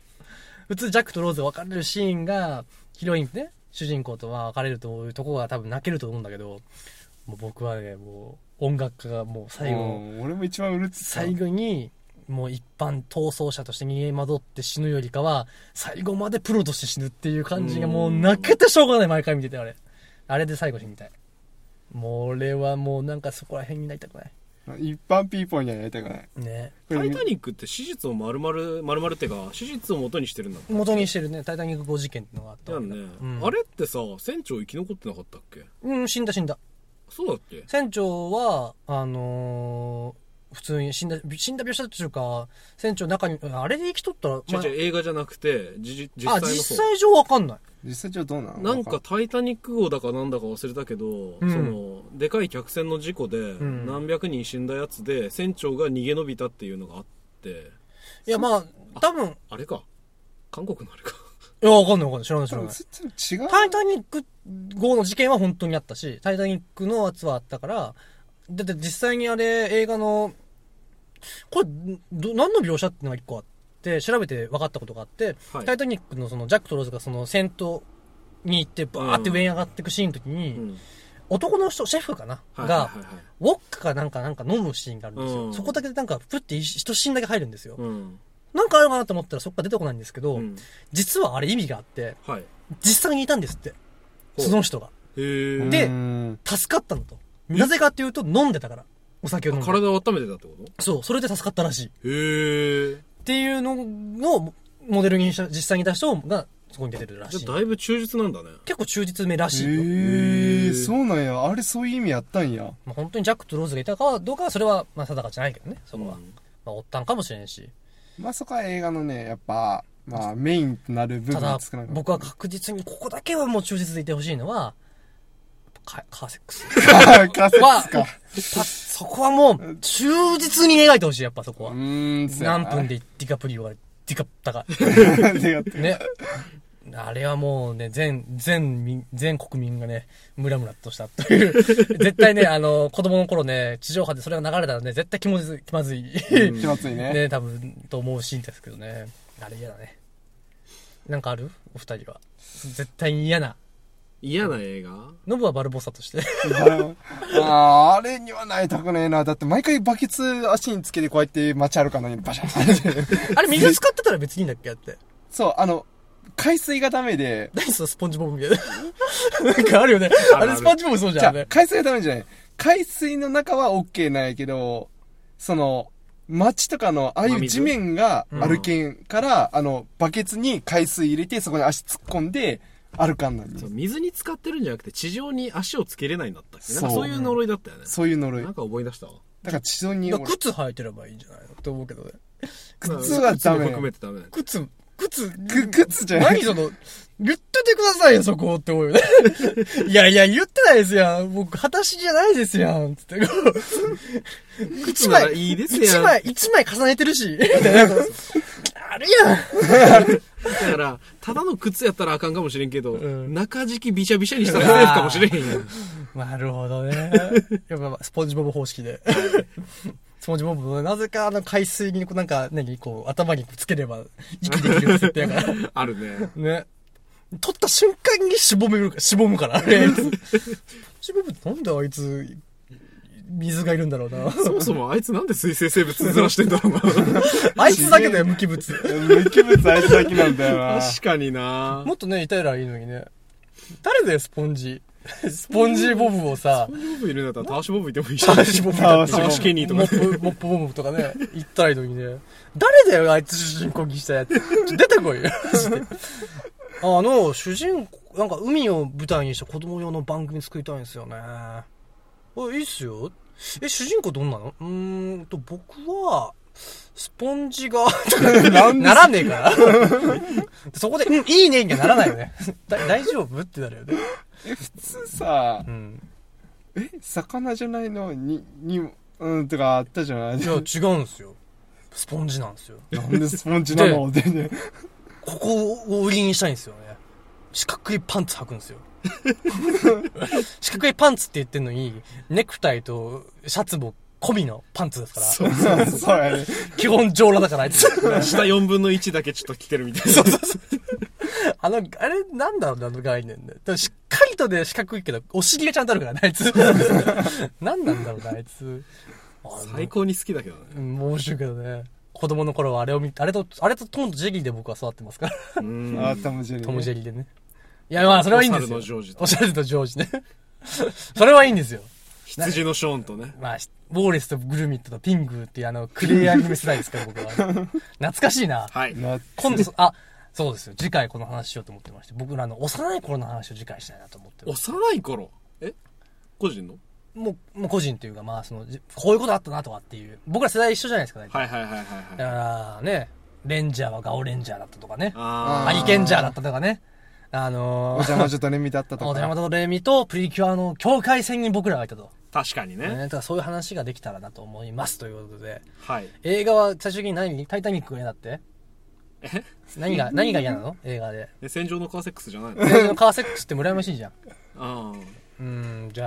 [SPEAKER 1] 普通ジャックとローズが別れるシーンが、ヒロインね、主人公とは別れるというとこが多分泣けると思うんだけど、もう僕はね、もう音楽家がもう最後、
[SPEAKER 3] うん俺も一番うるつ
[SPEAKER 1] 最後に、もう一般逃走者として逃げ惑って死ぬよりかは、最後までプロとして死ぬっていう感じがもう泣けてしょうがない、毎回見てて、あれ。あれで最後死にたい。もう俺はもうなんかそこら辺になりたくない。
[SPEAKER 3] 一般ピーポーにはやりたくない
[SPEAKER 1] ね。
[SPEAKER 3] これ
[SPEAKER 2] い。タイタニックって史実を丸々、丸々ってか、史実を元にしてるんだもん。
[SPEAKER 1] 元にしてるね、タイタニック号事件ってのがあった
[SPEAKER 2] だ
[SPEAKER 1] わけ
[SPEAKER 2] よ
[SPEAKER 1] だ。
[SPEAKER 2] ね
[SPEAKER 1] うん。
[SPEAKER 2] あれってさ、船長生き残ってなかったっけ
[SPEAKER 1] うん、死んだ死んだ。
[SPEAKER 2] そうだっけ
[SPEAKER 1] 船長は、あのー普通に死んだ、死んだ描写っていうか、船長中に、あれで生きとったら、
[SPEAKER 2] 違う違う、映画じゃなくて、じ実
[SPEAKER 1] まあ、
[SPEAKER 2] 際
[SPEAKER 1] あ、
[SPEAKER 2] の方。
[SPEAKER 1] 実際上わかんない。
[SPEAKER 3] 実際ちょっとどうなの
[SPEAKER 2] なんか「タイタニック」号だかなんだか忘れたけど、
[SPEAKER 1] うん
[SPEAKER 2] そのでかい客船の事故で
[SPEAKER 1] ん
[SPEAKER 2] 何百人死んだやつで船長が逃げ延びたっていうのがあって
[SPEAKER 1] いや、まあ、多分、
[SPEAKER 2] あれか韓国のあれか
[SPEAKER 1] いや、わかんないわかんない。知らない知
[SPEAKER 3] 多
[SPEAKER 1] ら
[SPEAKER 3] 分
[SPEAKER 1] ない。
[SPEAKER 3] 全然違う
[SPEAKER 1] タイタニック号の事件は本当にあったし、タイタニックのやつはあったから、だって実際にあれ映画の、これ、ど何の描写っていうのが一個あって、調べて分かったことがあって、
[SPEAKER 2] はい
[SPEAKER 1] タイタニックのそのジャックとローズがその戦闘に行ってバーって上に上がっていくシーンの時に、
[SPEAKER 2] うん
[SPEAKER 1] 男の人、シェフかな、
[SPEAKER 2] はい
[SPEAKER 1] が、
[SPEAKER 2] はいはいはい
[SPEAKER 1] ウォッカかなんかなんか飲むシーンがあるんですよ。
[SPEAKER 2] うん
[SPEAKER 1] そこだけでなんかプッて一一シーンだけ入るんですよ。
[SPEAKER 2] うん
[SPEAKER 1] なんかあるかなと思ったらそこから出てこないんですけど、
[SPEAKER 2] うん
[SPEAKER 1] 実はあれ意味があって、
[SPEAKER 2] はい
[SPEAKER 1] 実際にいたんですって。
[SPEAKER 2] ほう
[SPEAKER 1] その人が。
[SPEAKER 2] へえ
[SPEAKER 1] で
[SPEAKER 3] うん
[SPEAKER 1] 助かったのと。なぜかっていうと、飲んでたから。お酒を飲んで。
[SPEAKER 2] 体を温めてたってこ
[SPEAKER 1] そう、それで助かったらしい。っ
[SPEAKER 2] とへえ
[SPEAKER 1] ていうのの、モデルにした、実際にいた人が、そこに出てるらしい。
[SPEAKER 2] じゃあだいぶ忠実なんだね
[SPEAKER 1] 結構忠実めら
[SPEAKER 3] え
[SPEAKER 1] しいよ。
[SPEAKER 2] へ
[SPEAKER 3] ー
[SPEAKER 2] ー
[SPEAKER 3] そうなんやあれそういう意味やったんや
[SPEAKER 1] まあ、本当にジャックとローズがいたかどうかは、それは、まあ、定かじゃないけどね、そこは。
[SPEAKER 2] うん
[SPEAKER 1] まあ、おったんかもしれんし。
[SPEAKER 3] まあそこは映画のねやっぱまあメインとなる部
[SPEAKER 1] た
[SPEAKER 3] 分
[SPEAKER 1] だ
[SPEAKER 3] が少な、
[SPEAKER 1] 僕は確実に、ここだけはもう忠実でいてほしいのは、カカーセックス。
[SPEAKER 3] は カセックスか
[SPEAKER 1] パそこはもう、忠実に描いてほしい、やっぱそこ
[SPEAKER 3] う
[SPEAKER 1] は。
[SPEAKER 3] ーんそうや
[SPEAKER 1] 何
[SPEAKER 3] な
[SPEAKER 1] 分でディカプリオが、ディカプタが。
[SPEAKER 3] でやって
[SPEAKER 1] ね。あれはもうね、全、全民、全国民がね、ムラムラっとしたという。絶対ね、あの、子供の頃ね、地上波でそれが流れたらね、絶対気まずい、気まずい。
[SPEAKER 3] 気まずいね
[SPEAKER 1] ね、多分、と思うシーンですけどね。あれ嫌だね。なんかあるお二人は。絶対に嫌な。
[SPEAKER 2] 嫌な映画
[SPEAKER 1] ノブはバルボサとして。
[SPEAKER 3] あ ああれにはなりたくねえなだって毎回バケツ足につけてこうやって街歩かないにバシャン
[SPEAKER 1] あれ水使ってたら別にいいんだっけやって。
[SPEAKER 3] そうあの海水がダメで
[SPEAKER 1] 何そのスポンジボブみたいな。なんかあるよね。
[SPEAKER 2] ある
[SPEAKER 1] あれスポンジボブそうじ
[SPEAKER 3] じゃ
[SPEAKER 1] ゃ
[SPEAKER 3] あ
[SPEAKER 1] んね。
[SPEAKER 3] 海水はダメじゃない。海水の中は OK なんやけど、その、街とかの、ああい
[SPEAKER 2] 真
[SPEAKER 3] う
[SPEAKER 2] 水
[SPEAKER 3] 地面が歩けんから、あの、バケツに海水入れて、そこに足突っ込んで、歩かんのに
[SPEAKER 2] そ。う水に浸かってるんじゃなくて地上に足をつけれないんだったっけなん
[SPEAKER 3] そ
[SPEAKER 2] か
[SPEAKER 3] う
[SPEAKER 2] そういう呪いだったよね
[SPEAKER 3] そういう呪い。
[SPEAKER 2] な
[SPEAKER 3] だ
[SPEAKER 2] ん
[SPEAKER 3] か
[SPEAKER 2] か思い出したわ
[SPEAKER 3] ら地上に
[SPEAKER 1] だから
[SPEAKER 3] 俺、
[SPEAKER 1] 靴履いてればいいんじゃないのって思うけどね。
[SPEAKER 3] 靴はダメ
[SPEAKER 2] も含めてダメだね
[SPEAKER 1] 靴、靴、
[SPEAKER 3] く、靴じゃない
[SPEAKER 1] 何。その、言っててくださいよ、そこって思うよね。 いやいや、言ってないですやん。僕、裸足じゃないですやん。つって。一
[SPEAKER 2] 靴なら
[SPEAKER 1] 枚、
[SPEAKER 2] いいです
[SPEAKER 1] 一
[SPEAKER 2] やん
[SPEAKER 1] 枚、一枚重ねてるし。 みたいなあるやん。
[SPEAKER 2] だから、ただの靴やったらあかんかもしれんけど、
[SPEAKER 1] ん
[SPEAKER 2] 中敷きびしゃびしゃにしたらセーフかもしれへんやん。
[SPEAKER 1] なるほどね。やっぱ、スポンジボブ方式で。スポンジボブ、なぜかあの海水にこうなんか、何、こう、頭につければ、息できる設定やから。
[SPEAKER 2] あるね。
[SPEAKER 1] ね。取った瞬間にしぼめるか、しぼむから、あれ。しぼむってなんであいつ、水がいるんだろうな。
[SPEAKER 2] そもそもあいつなんで水生生物ずらしてんだろうな。
[SPEAKER 1] あいつだけだよ、無機物。
[SPEAKER 3] 無機物 あいつだけなんだよな。
[SPEAKER 2] 確かにな
[SPEAKER 1] もっとね、いたらいいのにね。誰だよ、スポンジ。スポンジボブをさ、
[SPEAKER 2] ボブいるんだったらタワシボブいてもいいし。
[SPEAKER 1] タワシボブだって
[SPEAKER 2] タワシケニーとか
[SPEAKER 1] モップ、モップボブとかね、言ったらいいのにね。誰だよ、あいつ主人公にしたやつ。ちょ出てこいよ。マジであの、主人公、なんか海を舞台にした子供用の番組作りたいんですよね。あ、いいっすよ。え、主人公どんなのうーんと、僕は、スポンジが、
[SPEAKER 3] なんで
[SPEAKER 1] ならねえから。そこで、うん、いいねにはならないよね。だ大丈夫ってなるよね。
[SPEAKER 3] え普通さ
[SPEAKER 1] う、ん。
[SPEAKER 3] え、魚じゃないのに、に、うん、とかあったじゃない
[SPEAKER 1] いや、違うんですよ。スポンジなんですよ。
[SPEAKER 3] なんでスポンジなのでね。
[SPEAKER 1] ここを売りにしたいんですよね。四角いパンツ履くんですよ。 四角いパンツって言ってんのに、ネクタイとシャツも込みのパンツですから。
[SPEAKER 2] そう。
[SPEAKER 3] そう そうやね。
[SPEAKER 1] 基本上裸だからあいつ。
[SPEAKER 2] 下4分の1だけちょっと来てるみたいな。
[SPEAKER 1] あの、あれ、なんだろうな、あの概念で。でもしっかりとで四角いけど、お尻がちゃんとあるからね、あいつ。 なんなんだろうな、あいつ。あの
[SPEAKER 2] 最高に好きだけどね。
[SPEAKER 1] うん、面白いけどね。子供の頃はあれを見あれと、あれとトムとジェリーで僕は育ってますから。
[SPEAKER 2] うん
[SPEAKER 3] あ、トムジェリーね。
[SPEAKER 1] トムジェリーでね。いや、まあ、それはいいんですよ。
[SPEAKER 2] お猿のジョージと
[SPEAKER 1] おしゃれとジョージね。 それはいいんですよ。
[SPEAKER 2] 羊のショーンとね。
[SPEAKER 1] まあ、しウォーレスとグルミットとピングーっていうあの、クレイアニメ世代ですから、僕は。 懐かしいな。
[SPEAKER 2] はい。
[SPEAKER 3] な
[SPEAKER 1] 今度そ、あ、そうですよ。次回この話しようと思ってまして、僕らの幼い頃の話を次回したいなと思ってます。
[SPEAKER 2] 幼い頃。え個人の
[SPEAKER 1] もう、もう個人というか、まあ、その、じこういうことあったなとかっていう。僕ら世代一緒じゃないですか、大体。
[SPEAKER 2] はいはいはいはいはい。
[SPEAKER 1] だから、ね、レンジャーはガオレンジャーだったとかね。
[SPEAKER 2] あ
[SPEAKER 1] ハリケンジャーだったとかね。あのー、
[SPEAKER 3] お邪魔女とレミだったと
[SPEAKER 1] お邪魔
[SPEAKER 3] か。
[SPEAKER 1] とレミとプリキュアの境界線に僕らがいたと。
[SPEAKER 2] ー確かに
[SPEAKER 1] ね、
[SPEAKER 2] ね。
[SPEAKER 1] だからそういう話ができたらなと思いますということで。
[SPEAKER 2] はい。
[SPEAKER 1] 映画は最終的に何タイタニックが嫌だって
[SPEAKER 2] え
[SPEAKER 1] 何 が、何が嫌なの映画で。
[SPEAKER 2] え戦場のカーセックスじゃないの
[SPEAKER 1] 映画のカーセックスって羨ましいじゃん。
[SPEAKER 2] ああ。
[SPEAKER 1] うーん、じゃ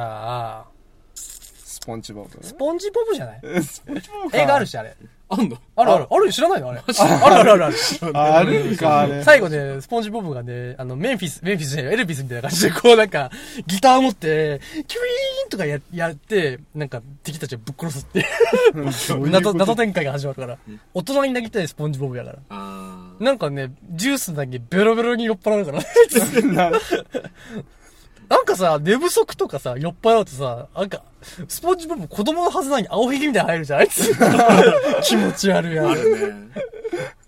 [SPEAKER 1] あ、
[SPEAKER 3] スポンジボブ。
[SPEAKER 1] スポンジボブじゃない
[SPEAKER 3] えスポンジボブか
[SPEAKER 1] 映画あるし、あれ。
[SPEAKER 2] あんの
[SPEAKER 1] あるある。ある知らないのあれ。あるあるあるある。
[SPEAKER 3] あるんか、あれ。
[SPEAKER 1] 最後ね、スポンジボブがね、あの、メンフィス、メンフィスじゃないエルビスみたいな感じで、こうなんか、ギター持って、キュイーンとかや、やって、なんか、敵たちをぶっ殺すっていう謎、謎展開が始まるから。大人になりたいスポンジボブやから。
[SPEAKER 2] ああ。
[SPEAKER 1] なんかね、ジュースだけベロベロに酔っ払うから。
[SPEAKER 3] な
[SPEAKER 1] なんかさ、寝不足とかさ、酔っ払うとさ、なんか、スポンジボブ子供のはずなのに青ひげみたいに入るじゃん、あいつ。気持ち悪いや
[SPEAKER 2] あ
[SPEAKER 1] ん。
[SPEAKER 2] るね。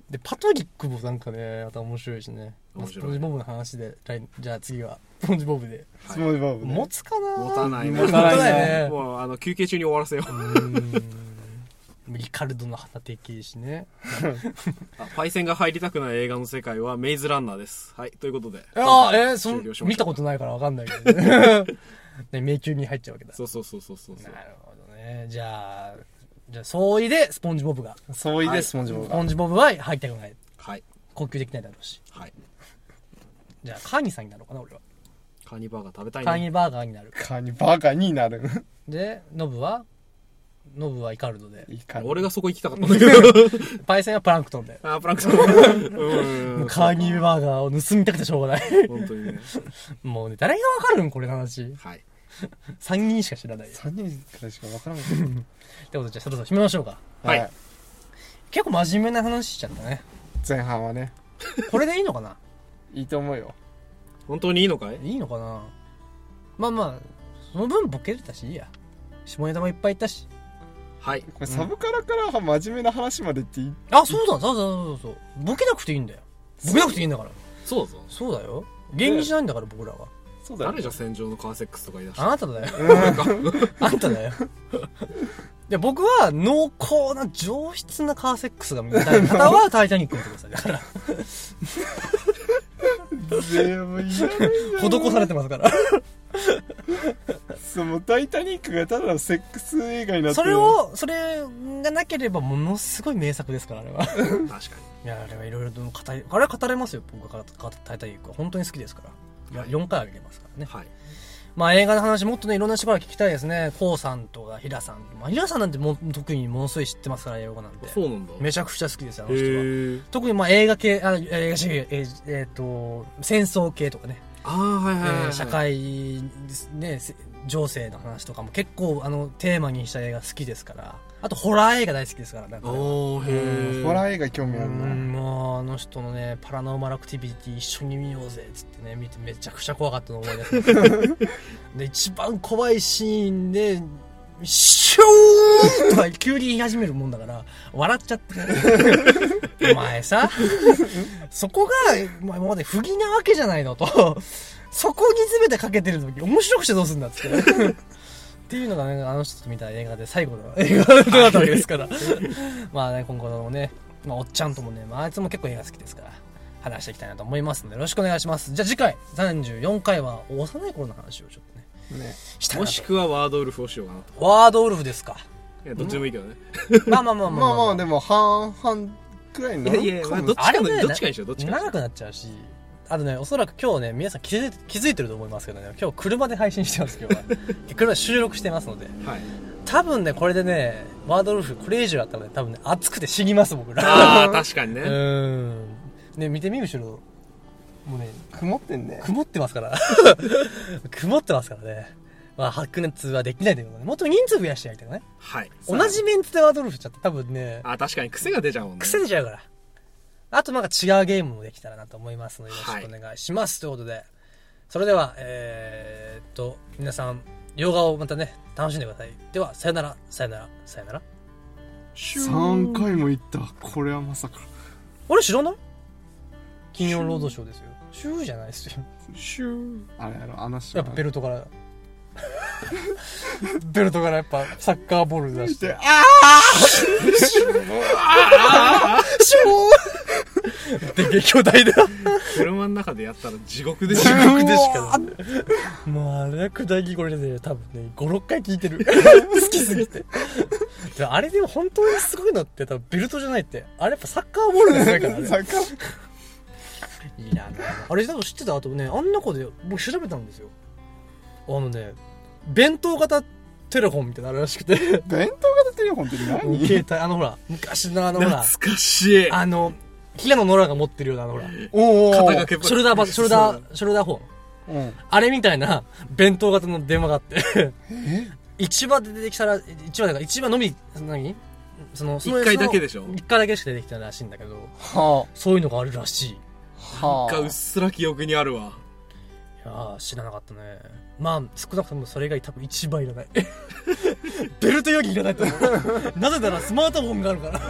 [SPEAKER 1] で、パトリックもなんかね、また面白いしね。まあ
[SPEAKER 2] 面
[SPEAKER 1] ス
[SPEAKER 2] 白い
[SPEAKER 1] ポンジボブの話で、来じゃあ次は、スポンジボブで。
[SPEAKER 3] スポンジボブね。
[SPEAKER 1] 持つかな
[SPEAKER 2] 持たない
[SPEAKER 3] 持たないね
[SPEAKER 2] もう、あの、休憩中に終わらせよう。
[SPEAKER 1] うーん。リカルドの旗的いしね。
[SPEAKER 2] あパイセンが入りたくない映画の世界はメイズランナーです。はい、ということで。
[SPEAKER 1] ああ、えー、そ
[SPEAKER 2] 終了し
[SPEAKER 1] ん、
[SPEAKER 2] ま
[SPEAKER 1] 見
[SPEAKER 2] した
[SPEAKER 1] たことないからわかんないけど ね。ね、迷宮に入っちゃうわけだ。
[SPEAKER 2] そうそうそうそうそうそう
[SPEAKER 1] な。るほどね。じゃあ、じゃあ、相違でスポンジボブが。
[SPEAKER 3] そうい
[SPEAKER 2] は
[SPEAKER 3] で
[SPEAKER 2] い
[SPEAKER 3] スポンジボブ
[SPEAKER 1] ス
[SPEAKER 3] が
[SPEAKER 1] ポ。ンジボブは入りたくない。
[SPEAKER 2] はい。
[SPEAKER 1] 呼吸できないだろうし。
[SPEAKER 2] はい。
[SPEAKER 1] じゃあ、カーニさんになろうかな、俺は。
[SPEAKER 2] カーニバーガー食べたい
[SPEAKER 1] カー
[SPEAKER 2] ね。
[SPEAKER 1] ニバーガーになる。
[SPEAKER 3] カニバカになる。
[SPEAKER 1] で、ノブはノブはイカルドで。
[SPEAKER 3] いいか
[SPEAKER 2] 俺がそこ行きたかったんだけど。
[SPEAKER 1] パイセンはプランクトンで。
[SPEAKER 2] あー、プランク トン。うん。
[SPEAKER 1] カーニバーガーを盗みたくてしょうがない。
[SPEAKER 2] 本当にね。
[SPEAKER 1] もうね、誰がわかるんこれの話。
[SPEAKER 2] はい。
[SPEAKER 1] 3人しか知らない。って
[SPEAKER 3] 3人くらいしかわからんけ
[SPEAKER 1] こ
[SPEAKER 3] ど
[SPEAKER 1] とで、じゃあ、そろそろ締めましょうか。
[SPEAKER 2] はい
[SPEAKER 3] はい。
[SPEAKER 1] 結構真面目な話しちゃったね。
[SPEAKER 3] 前半はね、
[SPEAKER 1] これでいいのかない
[SPEAKER 3] いと思うよ。
[SPEAKER 2] 本当にいいのかい
[SPEAKER 1] いいのかなまあまあ、その分ボケれたし、いいや。下ネタもいっぱいいったし。
[SPEAKER 2] はい。
[SPEAKER 3] これサブカラから真面目な話までっていい
[SPEAKER 1] あ、そうだ、そうだ、そうだ、そうだ。ボケなくていいんだよ。ボケなくていいんだから。
[SPEAKER 2] そうだぞ。
[SPEAKER 1] そうだよ。芸人じゃないんだから、僕ら は。
[SPEAKER 3] そうだよ
[SPEAKER 2] 誰じゃ戦場のカーセックスとか言い出した
[SPEAKER 1] あなただよ。あんただよ。 いや、僕は濃厚な上質なカーセックスが見たい方はタイタニック見てください。だから、
[SPEAKER 3] 全部いらないじゃん
[SPEAKER 1] 施されてますから。
[SPEAKER 3] そのタイタニックがただのセックス映画になってる
[SPEAKER 1] それを、それがなければものすごい名作ですから、あれは。
[SPEAKER 2] 確か
[SPEAKER 1] いや、あれはいろいろと語り、あれは語れますよ、僕が語タイタニックは。本当に好きですから。いや、4回あげてますから
[SPEAKER 2] に。
[SPEAKER 1] ね。
[SPEAKER 2] はい。
[SPEAKER 1] まあ映画の話もっとね、いろんな人から聞きたいですね。こうさんとか、ひらさん。まあ、ひらさんなんてもう特にものすごい知ってますから、英語なんて。
[SPEAKER 2] そうなんだ。
[SPEAKER 1] めちゃくちゃ好きですよ、あ
[SPEAKER 2] へ
[SPEAKER 1] の人は。
[SPEAKER 2] ー
[SPEAKER 1] 特にまあ映画系、あ映画主義、えーえーと、戦争系とかね、
[SPEAKER 2] ああ、はい
[SPEAKER 1] え
[SPEAKER 2] はいはい、はい
[SPEAKER 1] ー社会です、ね、せ情勢の話とかも結構あのテーマにした映画好きですから、あとホラー映画大好きですから、なんかね、
[SPEAKER 2] おー、へえ。
[SPEAKER 3] ホラー映画興味ある
[SPEAKER 1] う
[SPEAKER 3] な。
[SPEAKER 1] んもうあの人のね「パラノーマルアクティビティ一緒に見ようぜ」っつってね見てめちゃくちゃ怖かったの思い出しました で一番怖いシーンで「シューン!」とか急に言い始めるもんだから笑っちゃって、お前さそこがまあ今まで不義なわけじゃないのとそこに全てかけてるのに面白くしてどうすんだっつって。っていうのがね、あの人と見た映画で最後の映画だったわけです から。まあね、今後のね、まあ、おっちゃんともね、まあ、あいつも結構映画好きですから、話していきたいなと思いますので、よろしくお願いします。じゃあ次回、34回は、幼い頃の話をちょっとね、
[SPEAKER 3] ね。
[SPEAKER 1] したい
[SPEAKER 2] も
[SPEAKER 1] な
[SPEAKER 2] し
[SPEAKER 1] と。
[SPEAKER 2] くはワードウルフをしようかなと。
[SPEAKER 1] ワードウルフですか。
[SPEAKER 2] いや、どっちでもいいけどね。
[SPEAKER 1] まあまあま あまあ、
[SPEAKER 3] まあまあ、でも半々くらいになるかも
[SPEAKER 2] いやいやまあどっち
[SPEAKER 1] あれね
[SPEAKER 2] どっちかにしようどっちかにしよう
[SPEAKER 1] 長くなっちゃうし、あとね、おそらく今日ね、皆さん気づい気づいてると思いますけどね、今日車で配信してます、今日は。 車で収録してますので、
[SPEAKER 2] はい。
[SPEAKER 1] 多分ね、これでね、ワードウルフ、これ以上やったらね、多分ね、熱くて死にます、僕ら。
[SPEAKER 2] ああ、確かにね。
[SPEAKER 1] うーん。ね、見てみ、後ろ。もうね、
[SPEAKER 3] 曇ってんね。
[SPEAKER 1] 曇ってますから。 曇ってますからね。まあ、白熱はできないということで、もっと人数増やしてやりたいよね。
[SPEAKER 2] はい。
[SPEAKER 1] 同じメンツでワードルフちゃって多分ね、
[SPEAKER 2] あ、確かに癖が出ちゃうもんね。
[SPEAKER 1] 癖出ちゃうから。あとなんか違うゲームもできたらなと思いますので、よろしくお願いします。ということで、それでは、えー、っと、皆さん、洋画をまたね、楽しんでください。では、さよなら、さよなら、さよなら。
[SPEAKER 2] シュー
[SPEAKER 3] 3回も行った。これはまさか。
[SPEAKER 1] あれ知らない金曜ロードショーですよ。シューじゃないですよ。
[SPEAKER 2] シュー
[SPEAKER 3] あれやろ、あの人
[SPEAKER 1] やっぱベルトから。 ベルトからやっぱサッカーボール出 して。
[SPEAKER 3] あ
[SPEAKER 1] シューで、巨大だ。
[SPEAKER 2] 車の中でやったら地獄でし
[SPEAKER 3] 地
[SPEAKER 2] ょ。
[SPEAKER 3] 獄でしか
[SPEAKER 1] もうあれは砕きこれで、ね、多分ね、5、6回聞いて る。好きすぎて。であれでも本当にすごいのって、多分ベルトじゃないって。あれやっぱ サッカーボールですね、からね。
[SPEAKER 3] サッカー
[SPEAKER 1] いいなあれ多分知ってたあとねあんな子で僕調べたんですよあのね弁当型テレフォンみたいなのあるらしくて携
[SPEAKER 3] 弁当型テレフォンって何
[SPEAKER 1] 帯あのほら昔のあのほら
[SPEAKER 2] 懐かしい。
[SPEAKER 1] あの平野ノラが持ってるようなあのほら
[SPEAKER 3] おー
[SPEAKER 2] 肩掛けば
[SPEAKER 1] ショルダーバショルダーショルダーフォン
[SPEAKER 3] うん。
[SPEAKER 1] あれみたいな 弁当型の電話があって 市場で出てきたら市場だから市場のみその何そのその
[SPEAKER 2] 一回だけでしょ
[SPEAKER 1] その一回だけしか出てきたらしいんだけど
[SPEAKER 3] は
[SPEAKER 1] そういうのがあるらしい
[SPEAKER 3] あ。は
[SPEAKER 2] がうっすら記憶にあるわ。
[SPEAKER 1] いやー知らなかったねまあ少なくともそれ以外多分一番いら ないベルトよりいらないと思うなぜならスマートフォンがあるから